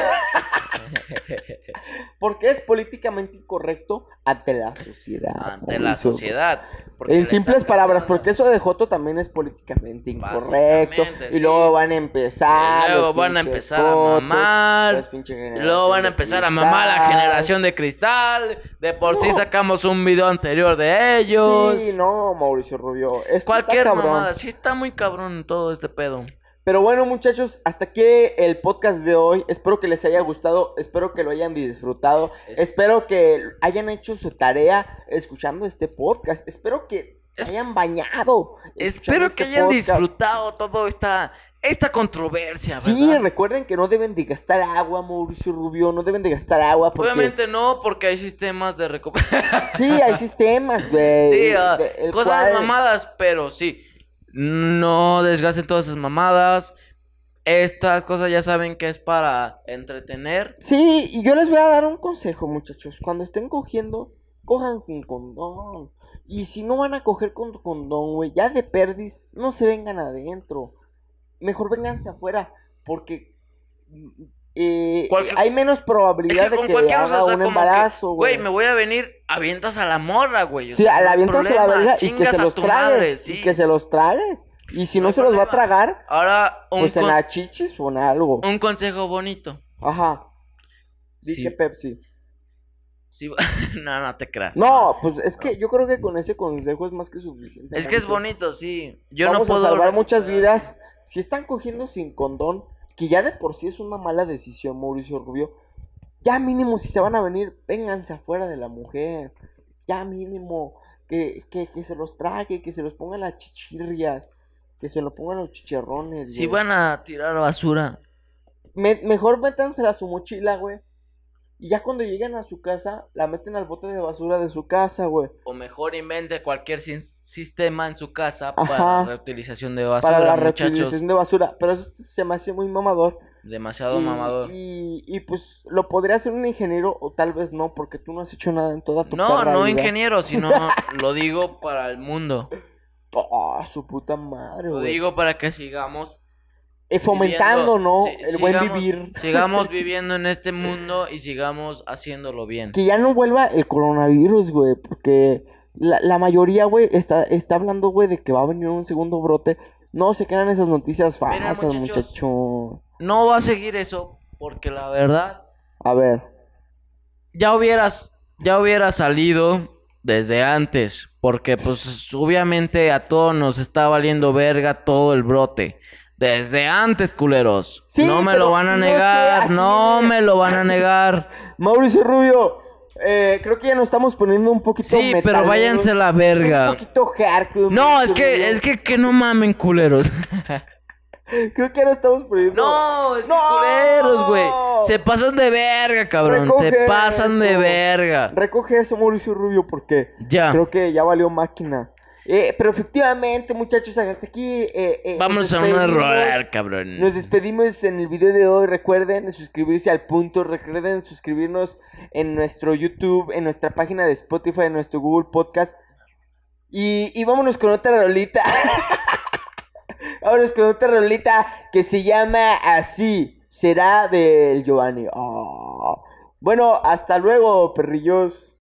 S1: porque es políticamente incorrecto ante la sociedad.
S2: ante la
S1: Mauricio.
S2: sociedad. porque
S1: En
S2: le
S1: simples
S2: sacan
S1: palabras,
S2: onda.
S1: porque eso de Joto también es políticamente incorrecto.
S2: Básicamente,
S1: Y
S2: sí.
S1: luego van a empezar.
S2: Y luego
S1: ah, los
S2: van a
S1: pinches
S2: empezar a
S1: jotos,
S2: mamar,
S1: las pinches
S2: Y Luego van a
S1: generaciones
S2: empezar a
S1: de
S2: mamar a la
S1: cristal.
S2: generación de cristal. De por sí
S1: No.
S2: sacamos un video anterior de ellos.
S1: Sí, no, Mauricio Rubio. esto está
S2: Cualquier
S1: cabrón.
S2: mamada. Sí está muy cabrón todo este pedo.
S1: Pero bueno, muchachos, hasta aquí el podcast de hoy. Espero que les haya gustado, espero que lo hayan disfrutado,
S2: Es-
S1: espero que hayan hecho su tarea escuchando este podcast, espero que se
S2: Es-
S1: hayan bañado. escuchando
S2: Espero
S1: este
S2: que hayan
S1: podcast.
S2: disfrutado toda esta, esta controversia,
S1: Sí,
S2: ¿verdad?
S1: recuerden que no deben de gastar agua, Mauricio Rubio, no deben de gastar agua porque
S2: Obviamente no, porque hay sistemas de recuperación.
S1: sí, hay sistemas, güey.
S2: (laughs) sí, ah,
S1: de- el
S2: cosas
S1: cual-
S2: mamadas, pero sí. No desgasten todas esas mamadas. Estas cosas ya saben que es para entretener.
S1: Sí, y yo les voy a dar un consejo, muchachos. Cuando estén cogiendo, cojan con condón. Y si no van a coger con condón, güey, ya de perdis, no se vengan adentro. Mejor vénganse afuera, porque mm, eh,
S2: Cualquier-
S1: hay menos
S2: Es
S1: probabilidad
S2: que con
S1: de que
S2: cualquier cosa,
S1: haga
S2: o sea,
S1: un
S2: como que,
S1: embarazo,
S2: güey.
S1: güey.
S2: me voy a venir, avientas a la morra, güey. o
S1: Sí,
S2: sea,
S1: a
S2: no
S1: la
S2: hay
S1: avientas a la
S2: problema,
S1: verga y que
S2: chingas
S1: se
S2: a
S1: los
S2: tu
S1: trague.
S2: madre,
S1: Y
S2: sí.
S1: que se los trague. Y si
S2: No
S1: no,
S2: hay
S1: se los va a
S2: problema.
S1: tragar,
S2: Ahora, un,
S1: pues en
S2: con-
S1: la chichis o en algo.
S2: un consejo bonito.
S1: Ajá.
S2: Sí,
S1: Dije Pepsi.
S2: sí- (laughs) no, no te creas.
S1: No, pues es que yo creo que con ese consejo es más que suficiente.
S2: Es que es
S1: Mauricio.
S2: bonito, sí. Yo
S1: Vamos
S2: no puedo
S1: a salvar muchas vidas. Si están cogiendo sin condón, que ya de por sí es una mala decisión, Mauricio Rubio, ya mínimo si se van a venir, vénganse afuera de la mujer. Ya mínimo. Que, que, que se los trague, que se los pongan las chichirrias, que se los pongan los chicharrones.
S2: Si
S1: güey.
S2: van a tirar basura,
S1: Me- mejor métansela a su mochila, güey. Y ya cuando lleguen a su casa, la meten al bote de basura de su casa, güey.
S2: o mejor invente cualquier sin- sistema en su casa
S1: Ajá.
S2: para reutilización de basura,
S1: para la
S2: muchachos.
S1: reutilización de basura. Pero eso se me hace muy mamador.
S2: Demasiado
S1: y,
S2: mamador.
S1: Y, y, pues lo podría hacer un ingeniero o tal vez no, porque tú no has hecho nada en toda tu
S2: No,
S1: perra
S2: no
S1: vida. (laughs)
S2: ingeniero, sino lo digo para el mundo.
S1: Ah, su puta madre,
S2: Lo
S1: güey.
S2: digo para que sigamos
S1: Eh, fomentando,
S2: viviendo-
S1: ¿no?
S2: si-
S1: el buen
S2: sigamos-
S1: vivir.
S2: Sigamos viviendo en este mundo y sigamos haciéndolo bien.
S1: Que ya no vuelva el coronavirus, güey, porque la, la mayoría, güey, está, está hablando, güey, de que va a venir un segundo brote. No se crean esas noticias
S2: Miren,
S1: falsas,
S2: muchachos.
S1: muchacho.
S2: No va a seguir eso porque la verdad
S1: A ver.
S2: ya hubieras ya hubiera salido desde antes porque pues obviamente a todos nos está valiendo verga todo el brote. Desde antes, culeros.
S1: Sí,
S2: no me
S1: pero
S2: lo van a
S1: no sé,
S2: negar,
S1: aquí
S2: no
S1: viene-
S2: me
S1: (laughs)
S2: lo van a negar.
S1: Mauricio Rubio, eh, creo que ya nos estamos poniendo un poquito
S2: Sí, pero
S1: metaleros,
S2: váyanse a la verga.
S1: Un poquito hardcore.
S2: No, es
S1: Mauricio
S2: que
S1: Rubio.
S2: es que que no mamen, culeros. (laughs)
S1: Creo que ya nos estamos poniendo...
S2: No, es que
S1: ¡No!
S2: culeros, güey. Se pasan de verga, cabrón. se
S1: Recoge
S2: pasan de
S1: eso.
S2: verga.
S1: Recoge eso, Mauricio Rubio, porque
S2: Ya.
S1: creo que ya valió máquina. Eh, pero efectivamente, muchachos, hasta aquí... eh, eh,
S2: Vamos
S1: nos
S2: a una
S1: despedimos.
S2: rolar, cabrón.
S1: Nos despedimos en el video de hoy. Recuerden suscribirse al punto. Recuerden suscribirnos en nuestro YouTube, en nuestra página de Spotify, en nuestro Google Podcast. Y, y vámonos con otra rolita. (laughs) vámonos con otra rolita que se llama así. Será del Giovanni. Ah. Bueno, hasta luego, perrillos.